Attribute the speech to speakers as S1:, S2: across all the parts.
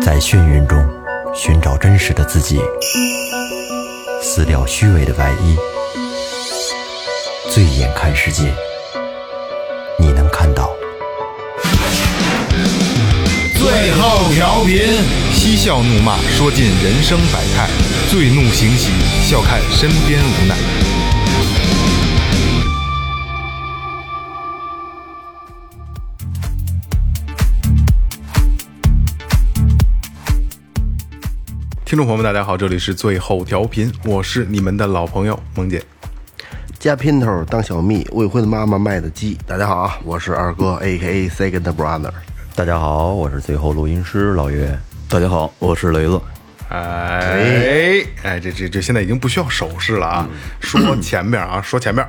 S1: 在眩晕中寻找真实的自己，撕掉虚伪的外衣，醉眼看世界，你能看到。
S2: 最后调频，
S3: 嬉笑怒骂，说尽人生百态；醉怒行喜，笑看身边无奈。听众朋友们，大家好，这里是最后调频，我是你们的老朋友萌姐。
S4: 加片头当小蜜，未婚妈妈卖的鸡。大家好啊，我是二哥，A K A Second Brother。
S1: 大家好，我是最后录音师老岳。
S5: 大家好，我是雷子。
S3: 哎哎，这这这现在已经不需要手势了啊！说前面啊，说前面，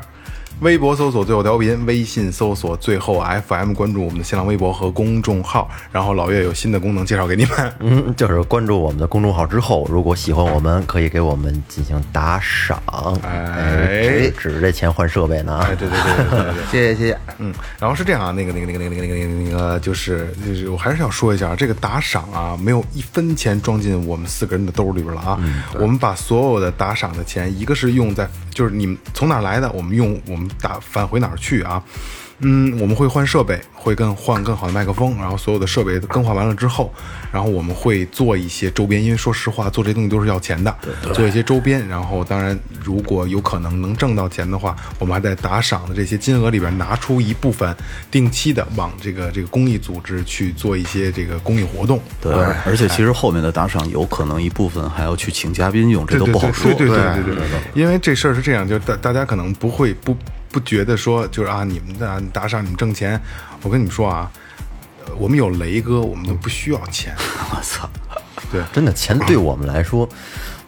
S3: 微博搜索最后调频，微信搜索最后 FM，关注我们的新浪微博和公众号。然后老岳有新的功能介绍给你们。
S1: 嗯，就是关注我们的公众号之后，如果喜欢我们，可以给我们进行打赏。
S3: 哎
S1: 指指着这钱换设备呢啊
S3: 哎，！对对对对对对，
S4: 谢谢谢谢。
S3: 嗯，然后是这样啊，那个那个那个那个那个那个那个那个，就是就是，我还是要说一下，这个打赏啊，没有一分钱装进我们四个人的兜里边了啊。我们把所有的打赏的钱，一个是用在，就是你们从哪儿来的，我们用我们打返回哪儿去啊。嗯，我们会换设备，会更换更好的麦克风，然后所有的设备更换完了之后，然后我们会做一些周边，因为说实话，做这些东西都是要钱的，做一些周边。然后，当然，如果有可能能挣到钱的话，我们还在打赏的这些金额里边拿出一部分，定期的往这个这个公益组织去做一些这个公益活动。
S5: 对，而
S3: 哎
S5: 且其实后面的打赏有可能一部分还要去请嘉宾用，这
S3: 对
S5: 都
S3: 对
S5: 不好说。哎
S3: 对对对对对对，因为这事儿是这样，就是大大家可能不会不不觉得说，就是啊，你们的啊你打赏，你们挣钱。我跟你们说啊，呃我们有雷哥，我们都不需要钱。
S5: 我操！
S3: 对，
S1: 真的，钱对我们来说，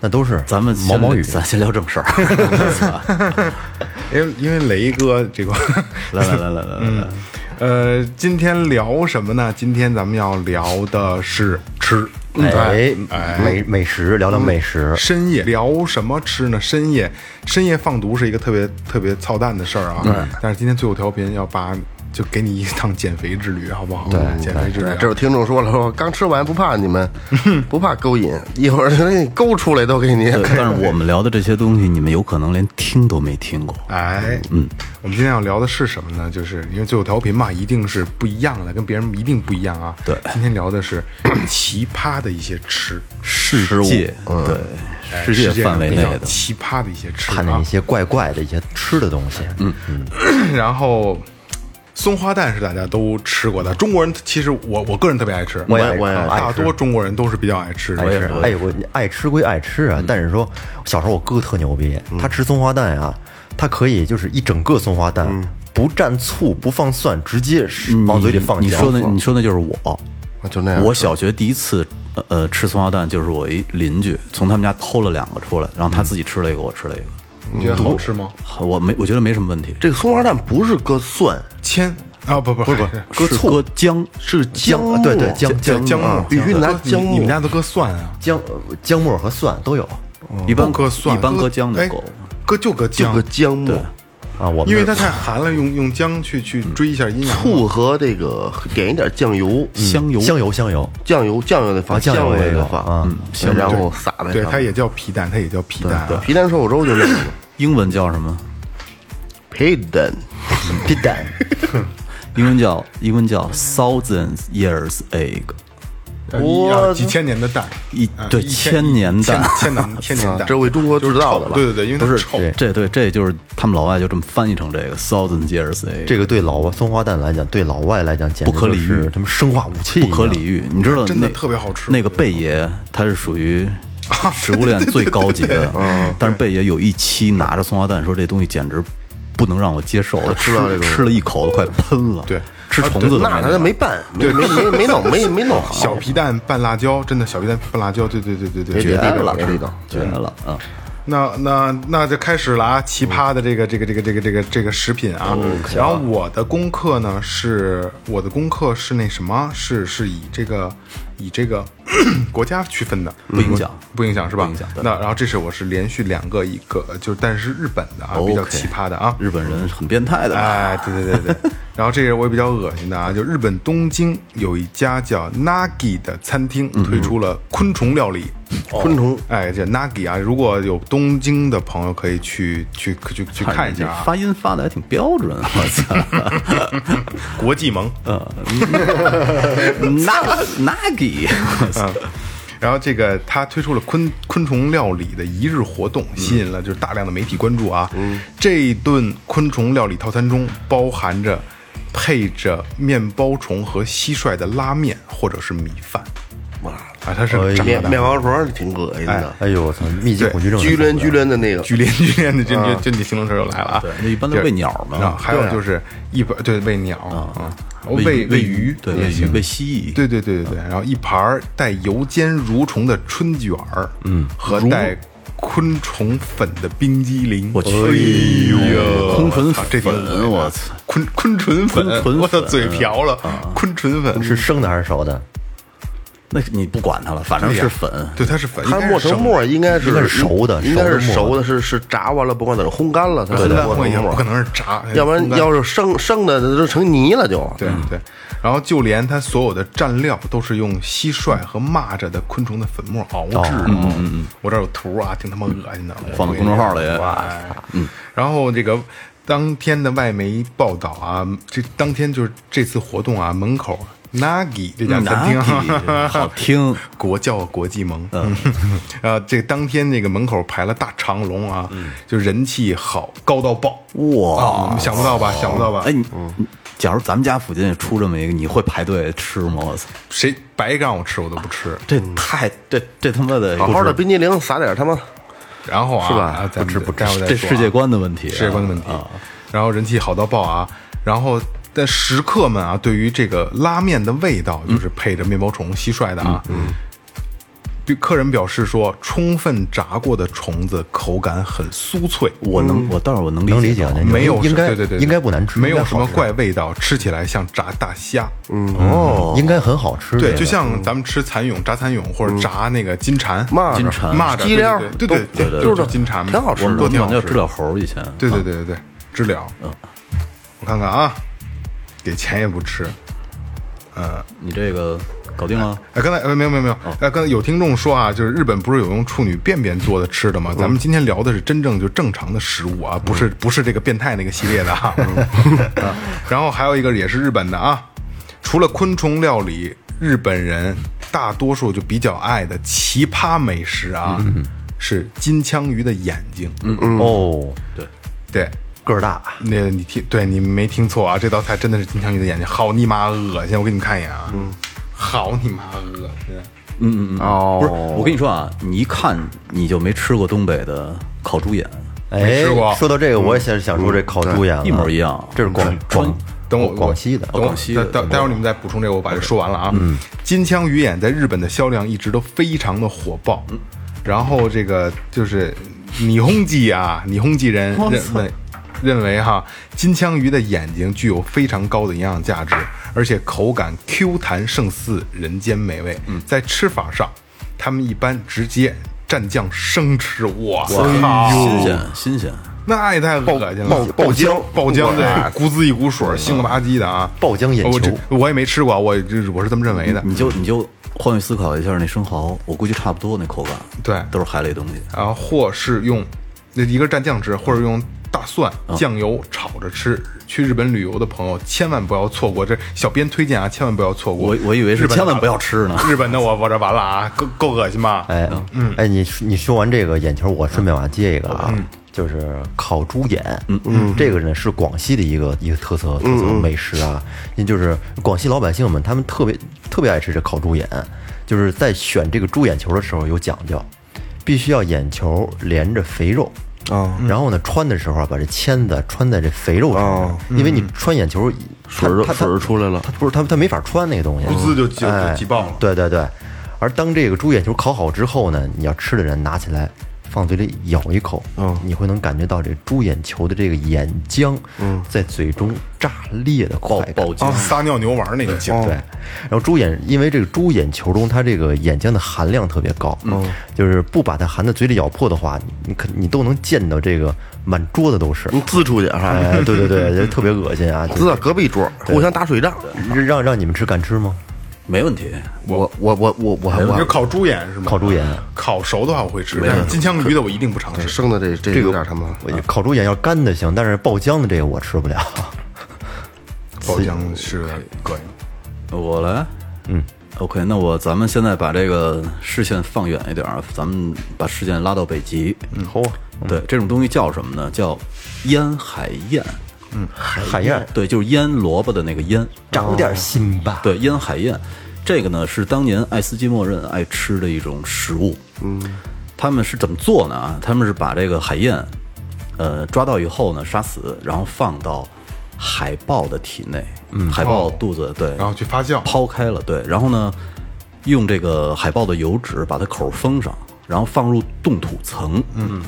S1: 那都是
S5: 咱们先
S1: 毛毛雨。
S5: 咱先聊正事儿。
S3: 因为因为雷哥这个，
S5: 来来来来
S3: 嗯
S5: 来来来，
S3: 呃，今天聊什么呢？今天咱们要聊的是吃。 嗯
S1: 哎，美美食，聊聊美食。
S5: 啊
S3: 深夜聊什么吃呢？深夜深夜放毒是一个特别特别操蛋的事儿啊。但是今天最后调频要把就给你一趟减肥之旅，好不好？对，减肥之旅
S4: 对
S3: 啊。，
S4: 这有听众说了，我刚吃完不怕你们，不怕勾引，一会儿给你勾出来都给你。
S5: 对，但是我们聊的这些东西，你们有可能连听都没听过。
S3: 哎，嗯，我们今天要聊的是什么呢？就是因为最后调频嘛，一定是不一样的，跟别人一定不一样啊。
S5: 对
S3: 今天聊的是奇葩的一些吃，
S5: 世界，
S3: 哎
S5: 对，世
S3: 世
S5: 界
S3: 界
S5: 范围
S3: 比
S5: 内
S3: 较
S5: 的，
S3: 奇葩的一些吃
S1: 看见
S3: 啊
S1: 一。些怪怪的一些吃的东西，嗯，
S3: 然后松花蛋是大家都吃过的，中国人其实我我个人特别爱吃，
S4: 我也我也爱吃
S3: 大多中国人都是比较爱吃的。
S1: 爱吃。哎，我爱吃归爱吃啊，但是说小时候我哥特牛逼，他吃松花蛋呀、他可以就是一整个松花蛋，不蘸醋不放蒜，直接是往嘴里放
S5: 你
S1: 嚼
S5: 说的，你说的就是我，
S4: 就
S3: 哎
S4: 那样
S5: 我小学第一次呃呃吃松花蛋，就是我一邻居从他们家偷了两个出来，然后他自己吃了一个，我吃了一个，
S3: 你觉得好吃吗？
S5: 我没我觉得没什么问题。
S4: 这个松花蛋不是搁蒜，
S3: 千啊，不不不不，
S5: 搁醋、搁姜，
S4: 是姜末
S1: 姜，对对姜
S3: 姜姜末
S4: 啊必须拿
S3: 你
S4: 姜末。
S3: 你们家都搁蒜啊？
S1: 姜姜末和蒜都有
S5: 一般
S3: 哦不搁蒜，
S5: 一般搁姜的
S3: 哎
S5: 够。
S3: 搁就搁
S4: 就
S3: 姜
S4: 搁，姜末，
S1: 啊，我们
S3: 因为它太寒了，用用姜去去追一下阴阳嘛。
S4: 醋和这个点一点酱油，
S3: 嗯
S4: 嗯
S5: 香油，
S1: 香油香油，
S4: 酱油酱油得放，
S1: 啊酱油
S4: 油
S1: 也有
S4: 得放
S1: 啊
S4: 嗯然后撒在
S3: 对，
S4: 上
S3: 它
S4: 面
S3: 也叫皮蛋，它也叫皮蛋啊。
S4: 皮蛋瘦肉粥就那个
S5: 英文叫什么？
S4: 皮蛋，
S1: 皮蛋，
S5: 英文叫英文叫 thousands years egg，
S3: 呃一啊几千年的蛋，
S5: 一
S3: 啊
S5: 对
S3: 一
S5: 千年蛋，
S3: 千千年千年蛋，
S4: 啊这为中国制造的吧
S3: 对？对对，因为它
S5: 不是
S3: 臭，
S5: 这对这就是他们老外就这么翻译成这个 thousands years egg，
S1: 这个对老外松花蛋来讲，对老外来讲简直
S5: 不可理喻
S1: 就是他们生化武器一
S5: 不
S1: 样，
S5: 可理喻。你知道
S3: 真的
S5: 那
S3: 特别好吃啊
S5: 那个贝爷他是属于食物链最高级的，但是贝爷有一期拿着松花蛋说这东西简直不能让我接受，我吃了吃了一口都快喷了，
S3: 对
S5: 吃虫子都
S4: 那他就没办，没没没没弄没没弄好，
S3: 小皮蛋拌辣椒，真的小皮蛋拌辣椒，对对对对对，
S5: 绝
S4: 别
S5: 了，
S4: 别别别
S5: 绝了啊！
S3: 那那那就开始了啊！奇葩的这个这个这个这个这个这个食品啊，
S5: 哦
S3: 然后我的功课呢是我的功课是那什么是是以这个以这个 国家区分的，嗯
S5: 不影响
S3: 不影响是吧？
S5: 不影响对
S3: 那然后这是我是连续两个一个就是但是日本的啊比较
S5: 哦 OK
S3: 奇葩的啊，
S5: 日本人很变态的，
S3: 哎，对对对对，然后这个我也比较恶心的啊，就日本东京有一家叫 Nagi 的餐厅推出了昆虫料理。
S4: 昆虫
S3: 哎，这 Nagi 啊，如果有东京的朋友可以去去去去看一下啊，
S5: 发音发的还挺标准，我 操！
S3: 国际萌。
S5: 那那给，
S3: 然后这个他推出了昆昆虫料理的一日活动，吸引了就是大量的媒体关注啊。这一顿昆虫料理套餐中包含着配着面包虫和蟋蟀的拉面或者是米饭。哇啊，它是炸
S4: 哎面
S3: 的，
S4: 面包虫挺恶心的，
S1: 哎呦我操，密集恐惧症，
S4: 居连居连的那个，
S3: 巨连巨连的，这这这你形容词就来了啊。
S5: 那一般都
S3: 就是
S5: 喂鸟嘛
S3: 啊还有就是一盘对喂鸟啊，喂
S5: 喂
S3: 鱼
S5: 对
S3: 也
S5: 喂鱼
S3: 行
S5: 喂蜥蜴，
S3: 对对对对对，然后一盘儿带油煎蠕虫的春卷儿，嗯，和带昆虫粉的冰激凌。
S5: 我去
S3: 哎呦
S5: 昆虫
S3: 操这挺
S5: 粉
S3: 恶心的
S5: 我操，
S3: 昆昆虫粉，
S5: 昆虫
S3: 我操，
S5: 粉嗯
S3: 嘴瓢了，昆虫粉
S1: 是生的还是熟的？
S5: 那你不管它了，反正是粉。
S3: 对，它是粉，
S4: 它
S3: 应该
S4: 磨
S3: 是
S4: 成
S3: 生
S4: 沫儿应该是
S1: 应该是熟的
S4: 应该是
S1: 熟
S4: 熟的，是是炸完了，不管怎么烘干了，它才
S3: 的，
S4: 能
S3: 烂
S4: 磨
S3: 货
S4: 成
S3: 也
S4: 沫
S3: 不可
S4: 儿。
S3: 能是炸，
S4: 要不然
S3: 烘干
S4: 要是生生的它都成泥了就。
S3: 对
S5: 嗯
S3: 对，然后就连它所有的蘸料都是用蟋蟀和蚂蚱的昆虫的粉末熬
S5: 哦
S3: 制的。嗯嗯嗯，我这儿有图啊，挺他妈恶心的。哎我
S5: 放到公众号里
S3: 哇，嗯，然后这个当天的外媒报道啊，这当天就是这次活动啊，门口 Nagi 这家餐厅
S5: 那 嗯好听，
S3: 国教国际盟，嗯， 啊，这当天那个门口排了大长龙啊，就人气好高到爆，
S5: 嗯哇
S3: 啊想不到吧，想不到吧？嗯
S5: 哎，你你假如咱们家附近出这么一个，你会排队吃吗？我操，
S3: 谁白让我吃我都不吃，
S5: 这太这这他妈的
S4: 好好的冰激凌撒点他妈，
S3: 然后啊，
S4: 是吧
S3: 啊咱们
S5: 不
S3: 待会儿再
S5: 这
S3: 说啊
S5: 世界观的问题啊，
S3: 世界观的问题。然后人气好到爆啊，然后但食客们啊，对于这个拉面的味道，就是配着面包虫、蟋蟀的啊，嗯，对客人表示说，充分炸过的虫子口感很酥脆，
S5: 我
S3: 嗯
S5: 能，我倒是我能
S1: 能理
S5: 理
S1: 解那
S5: 啊
S1: 种
S3: 没有
S1: 应该
S3: 对对对，对
S1: 应该不难吃，
S3: 没
S1: 应
S3: 有
S1: 该
S3: 什
S1: 好
S3: 么
S1: 吃
S3: 怪味道，吃起来像炸大虾，嗯，
S1: 哦，应该很好吃。
S3: 对，
S1: 这
S3: 就
S1: 个
S3: 像咱们吃蚕蛹、炸蚕蛹或者炸那个金蝉、
S4: 蚂蚱
S5: 金蝉
S3: 蚂蚱、对
S4: 鸡料
S3: 对对对对，
S4: 都
S3: 嗯就是金蝉嘛，
S4: 挺好吃
S5: 我
S4: 的
S5: 们
S3: 都
S5: 我
S3: 挺
S5: 们
S3: 好
S5: 叫
S3: 吃
S5: 知了猴儿以前，
S3: 对对对对对，知啊了。
S5: 嗯
S3: 我看看啊，给钱也不吃。
S5: 你这个搞定了，
S3: 哎，刚才呃没有没有没有，哎，刚才有听众说啊，就是日本不是有用处女便便做的吃的吗？咱们今天聊的是真正就正常的食物啊，不是不是这个变态那个系列的 啊。啊然后还有一个也是日本的啊，除了昆虫料理，日本人大多数就比较爱的奇葩美食啊，是金枪鱼的眼睛。嗯，
S1: 哦，
S3: 对。
S1: 个儿大，
S3: 那你听，对你没听错啊，这道菜真的是金枪鱼的眼睛，好你妈恶心！我给你们看一眼啊，嗯，好你妈恶心！哦
S5: 不是，我跟你说啊，你一看你就没吃过东北的烤猪眼，
S1: 哎
S3: 吃过，嗯
S1: 说到这个，我也想想说这烤猪眼了
S5: 一模一样啊
S1: 这是广
S5: 川
S1: 广
S3: 等我
S1: 哦广西的
S3: 等我
S5: 广西的
S3: 待待待会儿你们再补充这个，我把这说完了啊。嗯，金枪鱼眼在日本的销量一直都非常的火爆，然后这个就是霓虹记啊，霓虹记人
S5: 我操
S3: 认为认为哈，金枪鱼的眼睛具有非常高的营养价值，而且口感 Q 弹胜似人间美味。在吃法上，他们一般直接蘸酱生吃，哇
S5: 新
S3: 操！
S5: 鲜新鲜，
S3: 那也太恶心了，
S4: 爆爆浆
S3: 爆浆对
S4: 哇，
S3: 咕滋一股水，腥了吧唧的啊！
S1: 爆浆眼球
S3: 我这我也没吃过啊，我这我是这么认为的。
S5: 你就你就换位思考一下那生蚝，我估计差不多那口感，
S3: 对
S5: 都是海里东西，
S3: 然后啊或是用那一个蘸酱吃，或者用大蒜、酱油炒着吃。去日本旅游的朋友千万不要错过，这小编推荐啊，千万不要错过。
S5: 我我以为是
S3: 日本的
S5: 千万不要吃呢
S3: 日本的我我这完了啊，够够恶心吧？啊
S1: 哎，哎，你说你说完这个眼球，我顺便往下接一个啊，就是烤猪眼，嗯嗯，这个呢是广西的一个一个特色特色美食啊，也就是广西老百姓们他们特别特别爱吃这烤猪眼，就是在选这个猪眼球的时候有讲究，必须要眼球连着肥肉。啊，然后呢，穿的时候啊，把这签子穿在这肥肉上面，因为你穿眼球，
S4: 水儿
S1: 它它
S4: 水儿出来了
S1: 它不是它它没法穿那个东西，
S3: 滋就挤就
S1: 哎
S3: 挤爆了
S1: 对对对，而当这个猪眼球烤好之后呢，你要吃的人拿起来放嘴里咬一口，嗯，你会能感觉到这猪眼球的这个眼浆，嗯，在嘴中炸裂的快
S5: 爆
S1: 感。
S5: 爆浆
S3: 啊，撒尿牛丸那个劲儿，
S1: 对，然后猪眼，因为这个猪眼球中它这个眼浆的含量特别高，嗯，就是不把它含在嘴里咬破的话，你你可你都能见到这个满桌子都是。
S4: 你滋出去哈，
S1: 哎， 对对对，就特别恶心 啊！就
S4: 滋到隔壁桌，互相打水仗。
S1: 让让你们吃敢吃吗？
S5: 没问题。
S4: 我我我我我还
S3: 你
S4: 我
S3: 是烤猪眼是吗？
S1: 烤猪 眼
S3: 烤熟的话我会吃，但是金枪鱼的我一定不尝试。
S4: 生的这这有点他妈
S1: 我烤猪眼要干的行，但是爆浆的这个我吃不了。
S3: 爆浆是有点膈应。
S5: 我来，嗯，OK，那我咱们现在把这个视线放远一点啊，咱们把视线拉到北极。嗯，
S1: 好啊，
S5: 对，这种东西叫什么呢？叫腌海燕。
S1: 海燕
S5: 对，就是腌萝卜的那个腌。
S1: 长点心吧。
S5: 对，腌海燕，这个呢是当年爱斯基摩人爱吃的一种食物。嗯，他们是怎么做呢？啊，他们是把这个海燕，呃，抓到以后呢杀死，然后放到海豹的体内，嗯，哦海豹肚子对，
S3: 然后去发酵
S5: 抛开了，对，然后呢，用这个海豹的油脂把它口封上，然后放入冻土层。嗯，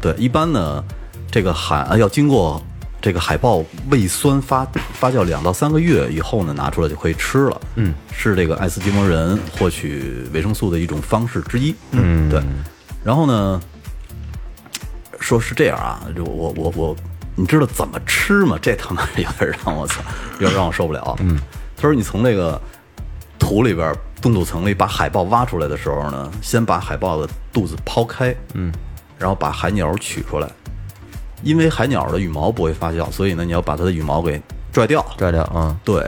S5: 对，一般呢，这个海呃要经过这个海豹胃酸发发酵两到三个月以后呢，拿出来就可以吃了。嗯，是这个爱斯基摩人获取维生素的一种方式之一。嗯，对，然后呢，说是这样啊，就我我我，你知道怎么吃吗？这他妈有点让我操，有点让我受不了。嗯，他说你从那个土里边冻土层里把海豹挖出来的时候呢，先把海豹的肚子剖开，嗯，然后把海鸟取出来，因为海鸟的羽毛不会发酵，所以呢，你要把它的羽毛给拽掉，
S1: 拽掉啊，
S5: 对，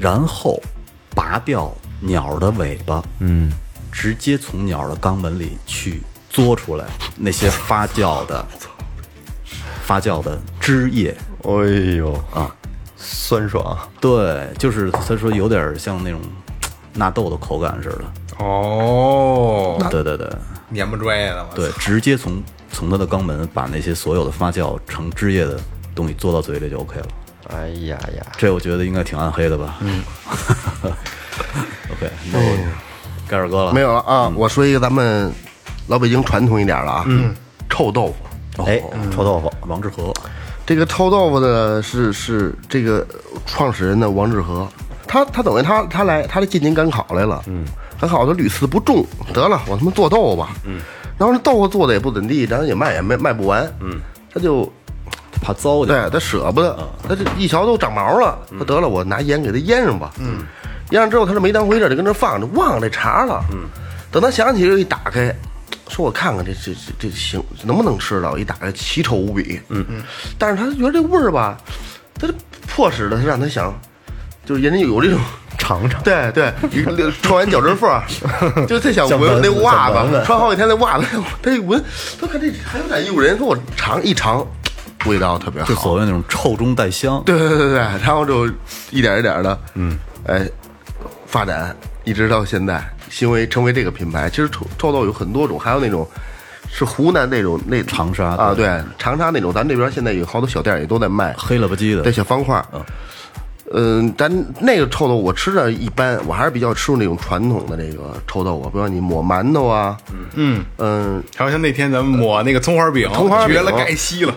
S5: 然后拔掉鸟的尾巴，嗯，直接从鸟的肛门里去嘬出来那些发酵的 发酵的汁液。
S1: 哎呦啊，酸爽，
S5: 对，就是他说有点像那种纳豆的口感似的。
S3: 哦，
S5: 对对对
S3: 黏不拽的，
S5: 对，直接从从它的肛门把那些所有的发酵成汁液的东西嘬到嘴里就 OK 了。
S1: 哎呀呀，
S5: 这我觉得应该挺暗黑的吧。嗯。OK，那我盖尔哥了。
S4: 没有了啊！我说一个咱们老北京传统一点的啊，嗯，臭豆腐。
S1: 哎，臭豆腐，
S5: 哦嗯王致和，
S4: 这个臭豆腐的是是这个创始人的王致和，他他等于他他来他来进京赶考来了，嗯，赶考他屡次不中，得了，我他妈做豆腐吧，嗯，然后这豆腐做的也不怎地，然后也卖也卖卖不完，嗯，他就
S5: 怕糟践。
S4: 对他舍不得，他这一瞧都长毛了，他得了，我拿盐给他腌上吧。嗯，腌上之后他就没当回事儿，就跟那儿放着，忘了这茬了。嗯，等他想起来一打开，说我看看这这这这行能不能吃到？一打开奇丑无比。嗯嗯，但是他觉得这味儿吧，他就迫使的他让他想，就是人家有这种。
S1: 尝尝。
S4: 对对，一个穿完脚趾缝儿，就特想闻闻那袜
S1: 想闻
S4: 子，
S1: 闻
S4: 穿好几天那袜子，他一闻，他看这还有点艺术人，说我尝一尝，味道特别好，
S5: 就所谓那种臭中带香。
S4: 对对对对，对，然后就一点一点的，嗯，哎，发展一直到现在，因为成为这个品牌。其实臭臭豆有很多种，还有那种是湖南那种那
S5: 长沙
S4: 啊，对长沙那种，咱这边现在有好多小店也都在卖
S5: 黑了吧唧
S4: 那
S5: 的，
S4: 小方块。嗯，咱那个臭豆我吃着一般，我还是比较吃那种传统的这个臭豆腐，比如说你抹馒头啊，嗯嗯，
S3: 还有像那天咱们抹那个葱花饼，
S4: 葱花饼
S3: 绝了盖稀了，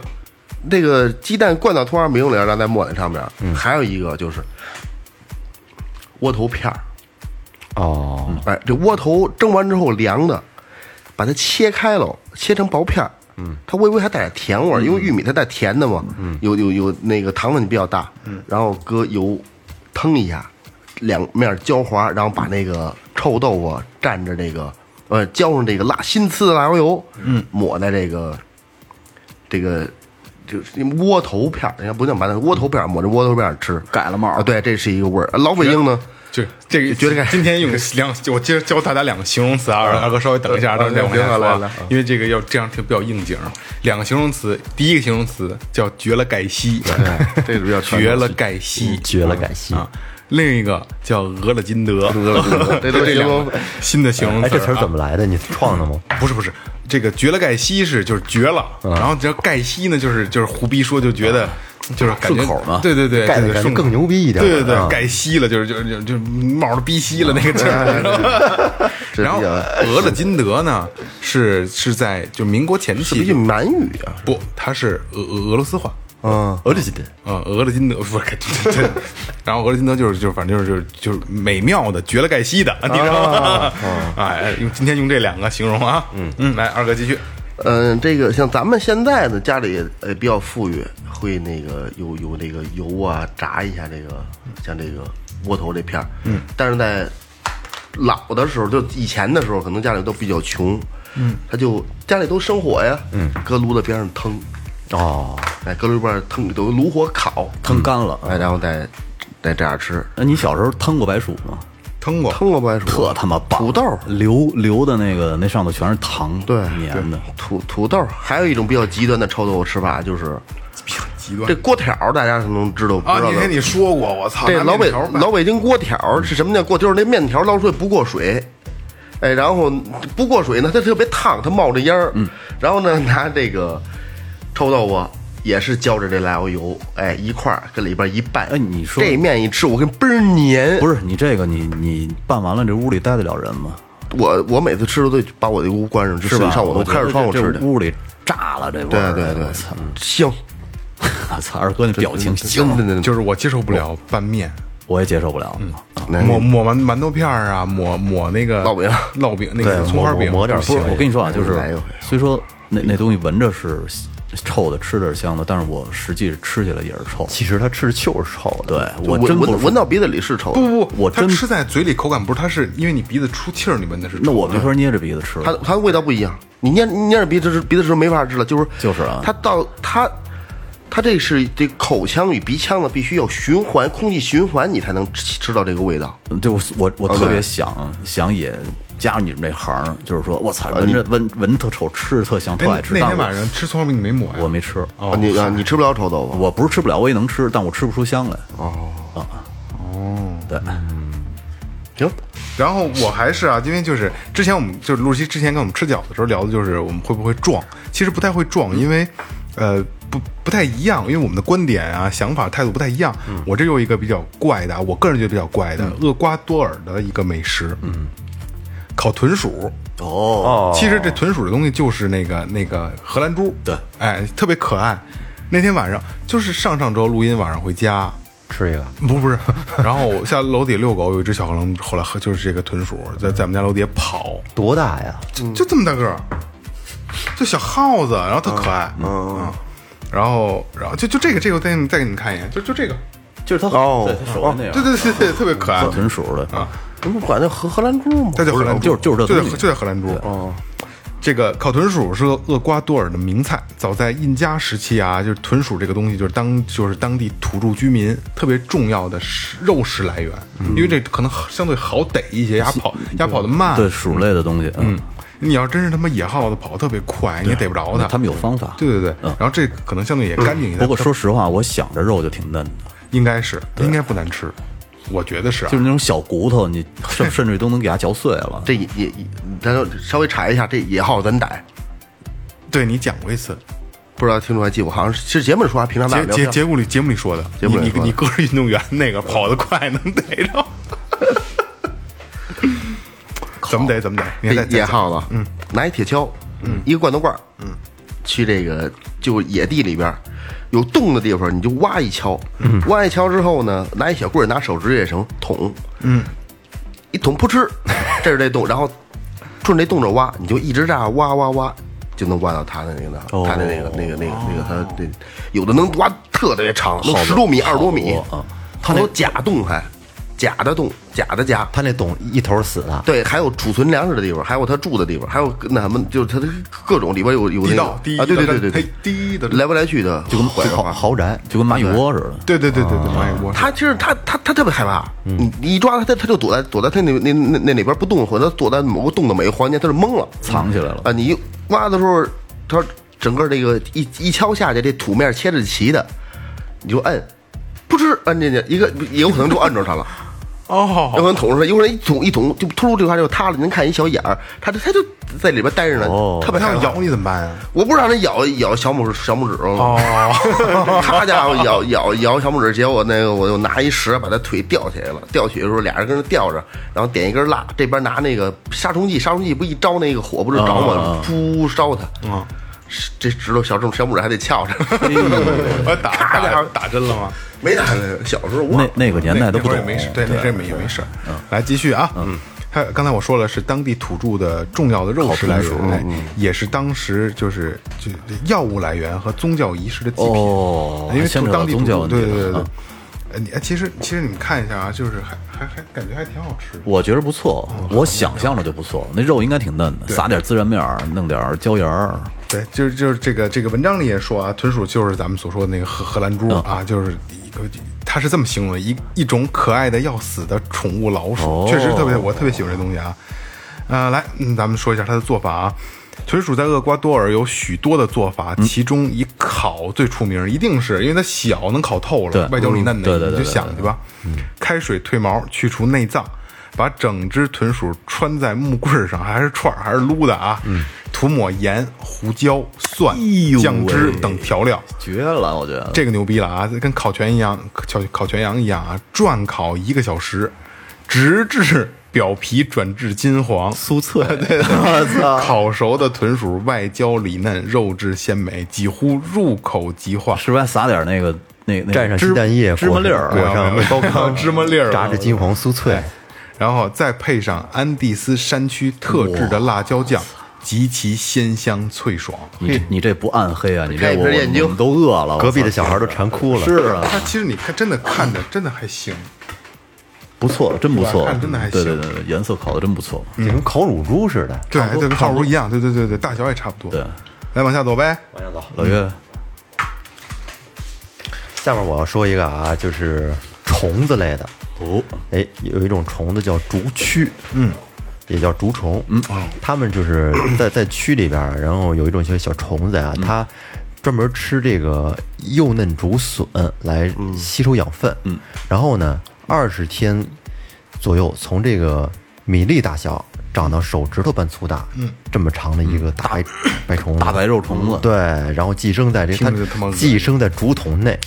S4: 这个鸡蛋灌到葱花饼里，然后再抹在上面。还有一个就是窝头片儿，
S1: 哦，
S4: 哎，这窝头蒸完之后凉的，把它切开了，切成薄片儿。嗯，它微微还带点甜味儿，因为玉米它带甜的嘛。嗯，有有有那个糖分比较大。嗯，然后搁油腾一下，两面焦滑，然后把那个臭豆腐蘸着这个呃浇上这个辣新呲的辣椒油，嗯，抹在这个这个。就是窝头片儿，人家不叫馒头，窝头片儿抹着窝头片儿吃，
S5: 改了帽儿
S4: 啊，对，这是一个味儿。老北京呢，
S3: 就这个
S4: 绝对盖
S3: 今天用两，我接着教大家两个形容词啊，二二哥稍微等一下，
S4: 嗯
S3: 到时候再往下
S4: 行
S3: 说
S4: 来来
S3: 啊，因为这个要这样就比较应景。两个形容词，第一个形容词叫绝了盖稀，
S4: 这个比较
S3: 绝了盖稀，
S4: 嗯
S1: 绝了感谢。
S3: 啊。另一个叫俄勒金德，
S4: 俄勒金 德这都
S3: 这
S4: 是
S3: 两
S4: 形容
S3: 个新的形容词
S1: 哎，
S3: 啊。
S1: 这词儿怎么来的？你创的吗？
S3: 不是不是，
S1: 啊
S3: 这个绝了盖西是就是绝了，然后这盖西呢就是就是胡逼说就觉得就是感觉
S5: 顺口嘛
S3: 对对对，
S1: 盖
S3: 对
S1: 的感
S3: 对
S1: 觉
S3: 顺口
S1: 更牛逼一点，
S3: 对对对，
S1: 啊
S3: 盖稀了，就是就是就是就是冒着逼稀了那个劲
S1: 啊
S3: 儿。
S4: 这
S3: 然后
S4: 比较
S3: 俄勒金德呢，是是在就民国前
S4: 这
S3: 期
S4: 一句
S3: 就，
S4: 满语啊，
S3: 不，它是俄俄俄罗斯话。
S4: 嗯，
S1: 俄勒金的，
S3: 啊，俄勒金德 不是，对对然后俄勒金德就是就是反正就是就是就是美妙的，绝了盖西的， 你知道吗？哎，用今天用这两个形容啊，嗯嗯，来二哥继续，
S4: 嗯，这个像咱们现在呢，家里呃比较富裕，会那个有有那个油啊，炸一下这个像这个窝头这片儿。嗯，但是在老的时候，就以前的时候，可能家里都比较穷，嗯，他就家里都生火呀，嗯，搁炉子边上腾，
S1: 哦，
S4: 哎，搁炉边上腾，等于炉火烤，
S5: 腾干了。
S4: 哎，然后再再这样吃，
S5: 那你小时候腾过白薯吗？
S3: 腾过，
S4: 腾过白薯，
S5: 特他妈棒！
S4: 土豆，
S5: 流流的那个那上头全是糖，
S4: 对
S5: 粘的。
S4: 土土豆，还有一种比较极端的臭豆腐吃法就是。
S3: 比较极端
S4: 这锅条儿大家可能知道，不
S3: 啊
S4: 知！道
S3: 那
S4: 的
S3: 天你说过，我操，
S4: 这
S3: 拿
S4: 老
S3: 面
S4: 北
S3: 条拌
S4: 老北京锅条儿是什么叫锅？就是那面条捞出来不过水，哎，然后不过水呢，它特别烫，它冒着烟儿。
S5: 嗯
S4: 然后呢，拿这个臭豆腐也是浇着这辣椒油，哎，一块儿跟里边一拌。
S5: 哎你说
S4: 这面一吃，我跟倍儿黏。
S5: 不是你这个你你拌完了，这屋里待得了人吗？
S4: 我，我每次吃都得把我的屋关上，就是
S5: 吧？
S4: 上我都
S5: 觉
S4: 开着
S5: 得
S4: 窗户
S5: 这
S4: 吃的
S5: 这。屋里炸了这味
S4: 对
S5: 儿。哎
S4: 对对嗯
S5: 我操！，
S4: 香，
S5: 我操！二哥那表情
S4: 香
S5: 行，
S4: 真的
S3: 就是我接受不了拌面，
S5: 我也接受不了。
S4: 嗯
S5: 啊
S4: 那
S3: 抹抹馒馒头片儿啊，抹抹那个
S4: 哎烙饼
S3: 烙饼那个
S1: 对
S3: 葱花饼，
S1: 抹抹抹点儿
S3: 不
S5: 不是
S3: 行，
S5: 我跟你说啊，就是
S4: 哎来一回
S5: 虽说那那东西闻着是臭的，吃着是香的，但是我实际吃起来也是臭。
S1: 其实它吃的就是臭的，
S5: 对我
S4: 闻
S5: 真不
S4: 闻
S5: 是
S4: 闻到鼻子里是臭的。
S3: 不不不，
S5: 我
S3: 它
S5: 真
S3: 吃在嘴里口感不是，它是因为你鼻子出气儿，你闻的是臭的。
S5: 那我没法捏着鼻子吃了。
S4: 它它味道不一样。你捏你捏着鼻子吃鼻子时候没法吃了，就是
S5: 就是啊
S4: 它到它它这是这口腔与鼻腔呢必须要循环，空气循环你才能吃吃到这个味道。
S5: 就我我
S4: OK
S5: 特别想想也加入你们这行儿，就是说我操，闻着闻闻着特丑，吃着特香，特爱
S3: 哎
S5: 吃。
S3: 那
S5: 但
S3: 天
S5: 是
S3: 晚上吃葱花饼你没抹
S5: 我
S3: 呀？
S5: 没吃，
S4: 啊你啊你吃不了臭豆腐，
S5: 我不是吃不了，我也能吃，但我吃不出香来。哦哦，对，
S4: 行，
S3: 然后我还是啊，因为就是之前我们就是露西之前跟我们吃饺子的时候聊的就是我们会不会撞，其实不太会撞，因为呃不不太一样，因为我们的观点啊、想法、态度不太一样。我这有一个比较怪的啊，我个人觉得比较怪的厄瓜多尔的一个美食，嗯，烤豚鼠。
S1: 哦，
S3: 其实这豚鼠这东西就是那个那个荷兰猪，
S5: 对，
S3: 哎，特别可爱。那天晚上就是上上周录音晚上回家，
S1: 吃一个，
S3: 不不是，然后我下楼底遛狗，有一只小黄龙，后来就是这个豚鼠在在我们家楼底下跑，
S1: 多大呀？
S3: 就就这么大个儿，就小耗子，然后特可爱，嗯，然后然后就就这个这个我再给你再给你们看一眼，就就这个，
S5: 就是它
S4: 哦
S5: 对它手上
S3: 对
S5: 那样，
S3: 对对对，特别可爱，
S5: 豚鼠的，
S4: 不是管叫荷荷兰猪吗？
S3: 它叫荷兰猪，
S5: 就是就是
S3: 就
S5: 这东
S3: 在
S5: 西
S3: 就在荷兰猪。哦，这个烤豚鼠是厄瓜多尔的名菜，早在印加时期啊，就是豚鼠这个东西就是当就是当地土著居民特别重要的食肉食来源，因为这可能相对好逮一些，鸭跑鸭跑得慢。
S5: 嗯对鼠类的东西，嗯，
S3: 你要真是他妈野耗子跑得特别快，你也逮不着它。
S5: 他们有方法。
S3: 对对对，然后这可能相对也干净一点，
S5: 不过说实话，我想着肉就挺嫩的，
S3: 应该是应该不难吃，我觉得是啊
S5: 就是。那种小骨头，你甚甚至于都能给它嚼碎 了。
S4: 这也也也咱就稍微查一下，这野耗咱逮，
S3: 对你讲过一次，
S4: 不知道听众还记不？好像是节目里说，还啊是平常咱
S3: 节
S4: 俩聊
S3: 节
S4: 天。
S3: 节目里节目里说的，
S4: 节
S3: 你
S4: 目里
S3: 你
S4: 说的
S3: 你哥是运动员那个跑得快能逮 着，怎么逮怎么逮，你还
S4: 这
S3: 再
S4: 野耗子，嗯，拿一铁锹，嗯，一个罐头罐，嗯，去这个就野地里边儿有洞的地方，你就挖一锹，嗯，挖一锹之后呢，拿一小棍儿，拿手指也成捅，嗯，一捅扑哧， 这是这洞，然后顺着这洞着挖，你就一直这样挖挖挖。就能挖到它的那个呢，它的那个那个那个那个它那有的能挖特别长，能十多米、二十多米
S5: 好多啊，
S4: 它有假洞还，假的洞，假的家，
S1: 它那懂一头死的，
S4: 对，还有储存粮食的地方，还有他住的地方，还有那什么，就是他的各种里边有有那
S3: 地
S4: 个
S3: 道
S4: 啊，
S3: 地
S4: 对对对对
S3: 嘿
S4: 对，
S3: 地道
S4: 来不来去的，就跟
S1: 就豪豪宅，
S5: 就跟蚂蚁窝似的。
S3: 啊对对对对对，蚂蚁窝
S4: 哦他其实他他他特别害怕，你你一抓他，他他就躲在躲在他那那那那里边不动，或者躲在某个洞的某一个环节，他就懵了，
S5: 藏起来了
S4: 啊！你一挖的时候，他整个这个一一敲下去，这土面切着齐的，你就摁，噗嗤摁进去，一个也有可能就摁着它了。
S3: 哦
S4: 要不然捅出来，有可能一捅一捅就突噜这块就塌了，您看一小眼儿，它就它就在里边待着呢，
S1: 哦
S4: 特别
S3: 它
S4: 害
S3: 要
S4: 怕
S3: 咬你怎么办啊呀？
S4: 我不是让它咬咬小拇指小拇指吗？
S3: 哦，
S4: 他家伙咬咬咬小拇指，结果那个我就拿一石把他腿吊起来了。吊起来的时候，俩人跟着吊着，然后点一根蜡，这边拿那个杀虫剂，杀虫剂不一招那个火不是着吗？噗烧他。嗯，这指头小指头小拇指还得翘着，
S3: 我打
S4: 咔
S3: 打
S4: 家伙
S3: 打针了吗？
S4: 没打的。小时候忘
S5: 那
S4: 了。
S5: 那个年代都不
S3: 嗯那会
S5: 懂嗯
S3: 儿也，没事，对，那阵儿没也没事儿。来继续啊，嗯。还有刚才我说了，是当地土著的重要的肉食来源，哎
S5: 嗯
S3: 也是当时就是就药物来源和宗教仪式的祭品。
S5: 哦
S3: 因为
S5: 牵扯到
S3: 当地土
S5: 宗教
S3: 著，
S5: 问题
S3: 对对对对对
S5: 了。啊
S3: 呃，你哎其实其实你们看一下啊，就是还还还感觉还挺好吃的。
S5: 我觉得不错，
S3: 哦
S5: 我想象着就不错，那肉应该挺嫩的，撒点孜然面儿，弄点椒盐儿，
S3: 对，就是就是这个这个文章里也说啊，豚鼠就是咱们所说的那个荷荷兰猪
S5: 嗯
S3: 啊，就是一个，他是这么形容的，一一种可爱的要死的宠物老鼠，
S5: 哦
S3: 确实特别，我特别喜欢这东西啊。呃，来，嗯咱们说一下它的做法啊。豚鼠在厄瓜多尔有许多的做法，
S5: 嗯
S3: 其中以烤最出名，一定是因为它小能烤透
S5: 对
S3: 了，外焦里嫩的，
S5: 嗯对对对
S3: 你
S5: 对
S3: 就想去吧。开水褪毛，去除内脏，把整只豚鼠穿在木棍儿上，还是串儿还是撸的啊？涂抹盐、胡椒、蒜、
S5: 嗯哎呦
S3: 酱汁
S5: 喂嗯
S3: 等调料，
S5: 绝了，我觉得。
S3: 这个牛逼了啊！跟烤全一样，烤烤全羊一样啊，转烤一个小时，直至表皮转至金黄酥脆。 对
S5: 啊
S3: 对，烤熟的豚鼠外焦里嫩，肉质鲜美，几乎入口即化。
S5: 是不是还撒点那个那那
S1: 蘸上
S5: 芝
S1: 鸡蛋液，
S5: 芝麻
S1: 裹
S5: 粒儿？
S1: 裹上
S3: 对啊
S1: 高
S3: 裹上
S1: 糠，
S3: 芝麻粒儿
S1: 炸至金黄酥脆。
S3: 然后再配上安第斯山区特制的辣椒酱，极其鲜香脆爽。
S5: 你这你这不暗黑啊？你
S4: 开
S5: 这
S4: 一
S5: 我
S4: 瓶眼睛
S5: 我们都饿了，我
S1: 隔壁的小
S5: 操
S1: 孩都馋哭了。
S5: 是啊，
S3: 它其实你看，真的看着真的还行，
S5: 不错，真不错
S3: 是吧，看真的还
S5: 对对
S3: 行嗯
S5: 对对，颜色烤的真不错。
S1: 这跟烤乳猪似的。
S3: 对，对，跟烤乳一样，对对对对，大小也差不多。
S5: 对，
S3: 来往下走呗。
S5: 老岳，
S1: 下面我要说一个啊，就是虫子类的哦，哎，有一种虫子叫竹蛆，嗯，也叫竹虫，嗯，它们就是在 在蛆里边儿，然后有一种小小虫子啊，它专门吃这个幼嫩竹笋来吸收养分，嗯，然后呢，二十天左右从这个米粒大小长到手指头般粗大，嗯，这么长的一个大 白白虫子，
S5: 大白肉虫子，
S1: 对，然后寄生在这
S3: 听着就他
S1: 它
S3: 妈恶心
S1: 寄生在竹筒内，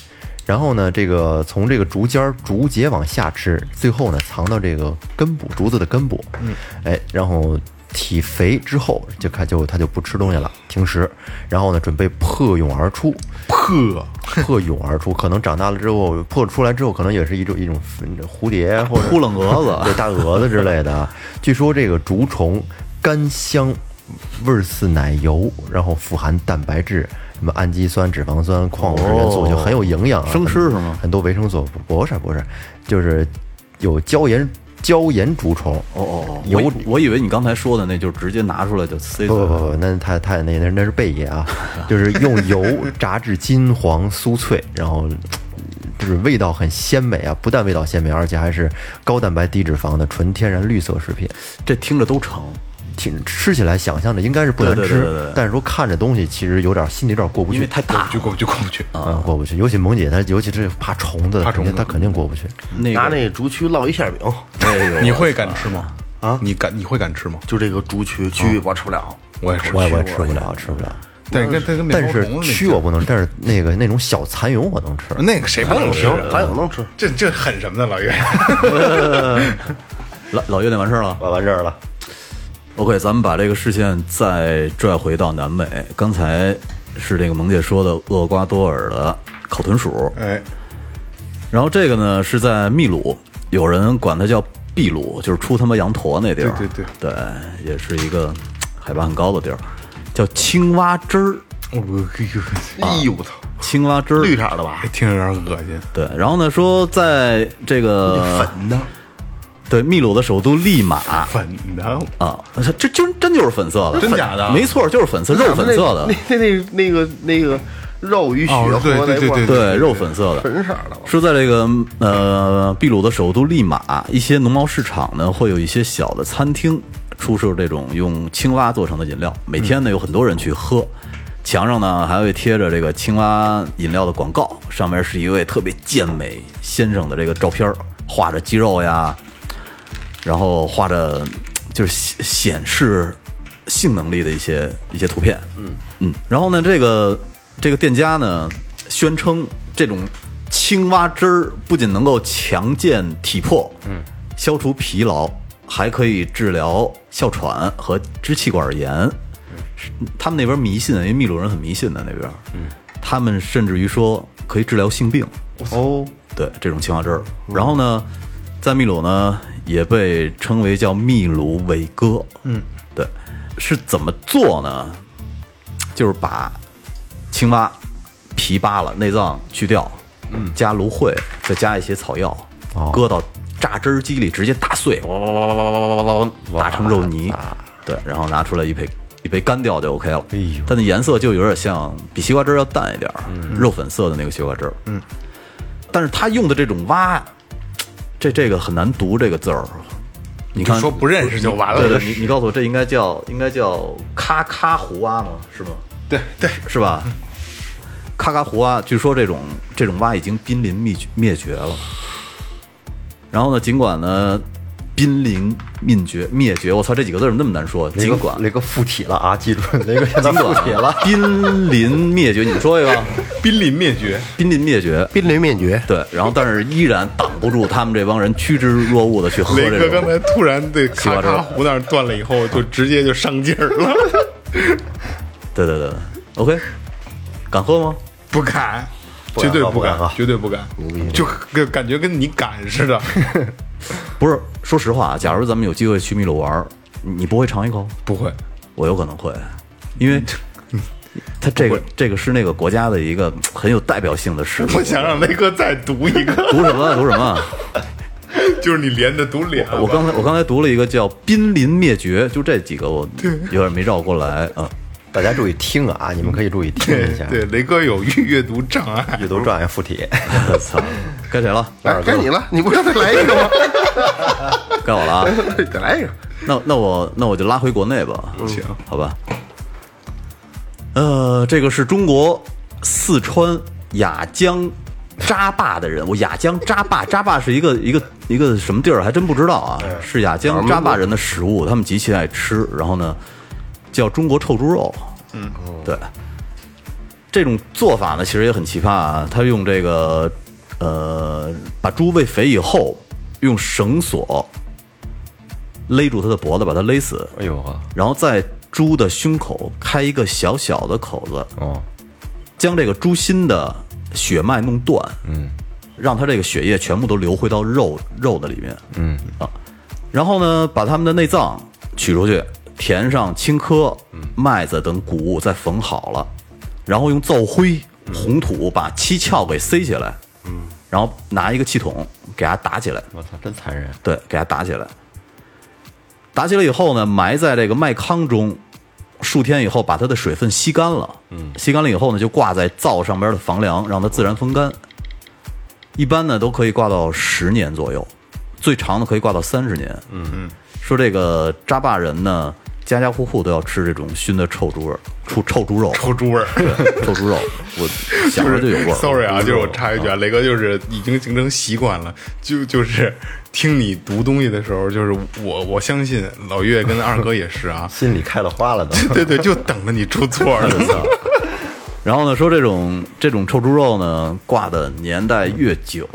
S1: 然后呢，这个从这个竹尖儿、竹节往下吃，最后呢藏到这个根部竹子的根部，嗯，哎，然后体肥之后就看就它就不吃东西了，停食，然后呢准备破蛹而出，破破蛹而出，可能长大了之后破出来之后，可能也是一种一种蝴蝶或 者
S5: 扑棱蛾子
S1: 对大蛾子之类的。啊据说这个竹虫甘香，味儿似奶油，然后富含蛋白质、什么氨基酸、脂肪酸、矿物质元素，
S5: 哦
S1: 就很有营养啊。
S5: 生吃是吗
S1: 很很多维生素不不是不是，就是有椒盐椒盐竹虫。
S5: 哦哦哦，
S1: 有
S5: 我以我以为你刚才说的那就是直接拿出来就塞
S1: 不不
S5: 嘴
S1: 不不，那太太那那那是贝爷 啊，就是用油炸至金黄酥脆，然后就是味道很鲜美啊，不但味道鲜美，而且还是高蛋白低脂肪的纯天然绿色食品。
S5: 这听着都成。
S1: 挺吃起来想象的应该是不难
S5: 对对对对
S1: 吃
S5: 对，
S1: 但是说看着东西其实有点心里有点过不
S5: 因为
S1: 去，
S5: 太大
S3: 就过不就过不去。
S1: 啊过不去。尤其萌姐她，尤其是怕虫子的，
S3: 怕虫子
S1: 肯定她肯定过不去。
S5: 那
S4: 拿
S5: 个
S4: 那竹蛆烙一馅饼，
S3: 你会敢吃吗？啊，你敢你会敢吃吗？
S4: 就这个竹蛆，蛆我吃不了。
S3: 我也吃，
S1: 我也我也吃不了，吃不了。
S3: 但是跟但跟面
S1: 但
S3: 包
S1: 是
S3: 虫似
S1: 蛆
S3: 的嗯
S1: 我不能，但是那个那种小蚕蛹我能吃。
S3: 那个谁不能吃？
S4: 还有能吃，
S3: 这这很什么的老岳，
S5: 老老岳那完事儿了。
S3: 啊
S1: 我完事儿了，
S5: OK，咱们把这个视线再拽回到南美。刚才是这个萌姐说的厄瓜多尔的烤豚鼠，
S3: 哎，
S5: 然后这个呢是在秘鲁，有人管它叫秘鲁，就是出他妈羊驼那地儿。
S3: 对对
S5: 对，也是一个海拔很高的地儿，叫青蛙汁儿。
S3: 我我
S4: 哎呦我操，
S5: 青蛙汁儿，
S4: 绿色的吧？
S3: 听着有点恶心。
S5: 对，然后呢说在这个
S4: 粉的，
S5: 对秘鲁的首都利马啊，
S3: 粉的，
S5: 它这真真就是粉色的，
S3: 真假的
S5: 没错，就是粉色，肉粉色的
S4: 那，那那那个那个肉与血
S3: 哦
S4: 和
S3: 对
S4: 那
S3: 对
S4: 块
S3: 对
S4: 儿
S3: 对
S5: 对，肉粉色的。
S4: 粉色的吧？
S5: 是在这个呃秘鲁的首都利马，一些农贸市场呢会有一些小的餐厅出售这种用青蛙做成的饮料，每天呢有很多人去喝。墙上呢还会贴着这个青蛙饮料的广告，上面是一位特别健美先生的这个照片儿，画着肌肉呀、然后画着就是显显示性能力的一些一些图片，嗯嗯，然后呢，这个这个店家呢宣称这种青蛙汁儿不仅能够强健体魄，嗯，消除疲劳，还可以治疗哮喘和支气管炎。是他们那边迷信，因为秘鲁人很迷信的那边，嗯，他们甚至于说可以治疗性病，
S1: 哦，
S5: 对这种青蛙汁儿。然后呢，在秘鲁呢也被称为叫秘鲁伟哥。嗯，对，是怎么做呢？就是把青蛙皮扒了，内脏去掉，嗯，加芦荟，再加一些草药，搁到榨汁机里直接打碎，哦哇哇哇哇哇哇哇哇哇，打成肉泥。对，然后拿出来一杯一杯干掉就 OK 了。
S1: 哎呦
S5: 它的颜色就有点像比西瓜汁儿要淡一点儿，肉粉色的那个西瓜汁儿。嗯。但是他用的这种蛙，这这个很难读这个字儿。你看，
S3: 说不认识就完了
S5: 对对，你你告诉我，这应该叫应该叫咔咔胡蛙吗？是吗？
S3: 对对，
S5: 是吧？咔咔胡蛙，据说这种这种蛙已经濒临灭绝灭绝了。然后呢，尽管呢濒临灭绝灭绝，我操，这几个字儿怎么那么难说？
S1: 雷
S5: 尽
S1: 哥
S5: 管，
S1: 雷哥附体了啊！记住，雷哥现在
S5: 尽
S1: 附
S5: 管
S1: 体了。
S5: 濒临灭绝，你们说一个，
S3: 濒临灭绝。
S5: 濒临灭绝。
S4: 濒临灭绝。
S5: 对，然后但是依然挡不住他们这帮人趋之若鹜的去喝
S3: 雷
S5: 这
S3: 哥刚
S5: 种。
S3: 才突然 对咔
S5: 瓜汁儿
S3: 咔胡那儿断了以后，就直接就上劲儿 了，
S5: 对对对对，OK，敢喝吗？
S3: 不敢，
S1: 敢
S3: 绝对
S5: 啊
S1: 喝不敢
S3: 敢
S1: 喝，
S3: 绝对不敢，就跟感觉跟你敢似 的，
S5: 不是，说实话，假如咱们有机会去秘鲁玩儿，你你不会尝一口？
S3: 不会。
S5: 我有可能会，因为它这个这个是那个国家的一个很有代表性的食物。
S3: 我想让雷哥再读一个，
S5: 读什么？读什么？
S3: 就是你连着读脸。
S5: 我刚才我刚才读了一个叫“濒临灭绝”，就这几个我有点没绕过来啊。
S1: 大家注意听啊，你们可以注意听
S3: 对
S1: 一下。
S3: 嗯对，雷哥有阅阅读障 碍。
S1: 阅读障碍附体，
S5: 我操，该谁了？
S4: 来，哎该你了，你不要再来一个吗？
S5: 该我了啊。
S4: 再来一个。
S5: 那那我那我就拉回国内吧，
S3: 行
S5: 好吧。呃，这个是中国四川雅江扎坝的人，我雅江扎坝，扎坝是一个一个一个什么地儿，还真不知道啊。是雅江扎坝人的食物，他们极其爱吃。然后呢，叫中国臭猪肉。嗯，对。这种做法呢，其实也很奇葩啊。他用这个呃，把猪喂肥以后，用绳索勒住它的脖子，把它勒死，
S1: 哎呦呵，
S5: 然后在猪的胸口开一个小小的口子，
S1: 哦，
S5: 将这个猪心的血脉弄断，嗯，让它这个血液全部都流回到肉肉的里面，嗯啊，然后呢，把它们的内脏取出去，填上青稞、麦子等谷物，再缝好了，然后用灶灰、红土把七窍给塞起来，嗯，然后拿一个气筒给它打起来，
S1: 我操，真残忍！，
S5: 对，给它打起来。打起来以后呢，埋在这个麦糠中，数天以后把它的水分吸干了。嗯，吸干了以后呢，就挂在灶上边的房梁，让它自然风干。一般呢都可以挂到十年左右，最长的可以挂到三十年。嗯嗯，说这个扎坝人呢，家家户户都要吃这种熏的臭 猪味儿，臭臭猪肉，
S3: 臭猪味儿，
S5: 臭猪肉，我想着就有味儿。
S3: Sorry 啊，就是我插一句啊，雷哥就是已经形成习惯了，就就是听你读东西的时候，就是我我相信老岳跟二哥也是啊
S1: 心里开了花了都。
S3: 对对，就等着你出错呢。
S5: 然后呢，说这种这种臭猪肉呢，挂的年代越久，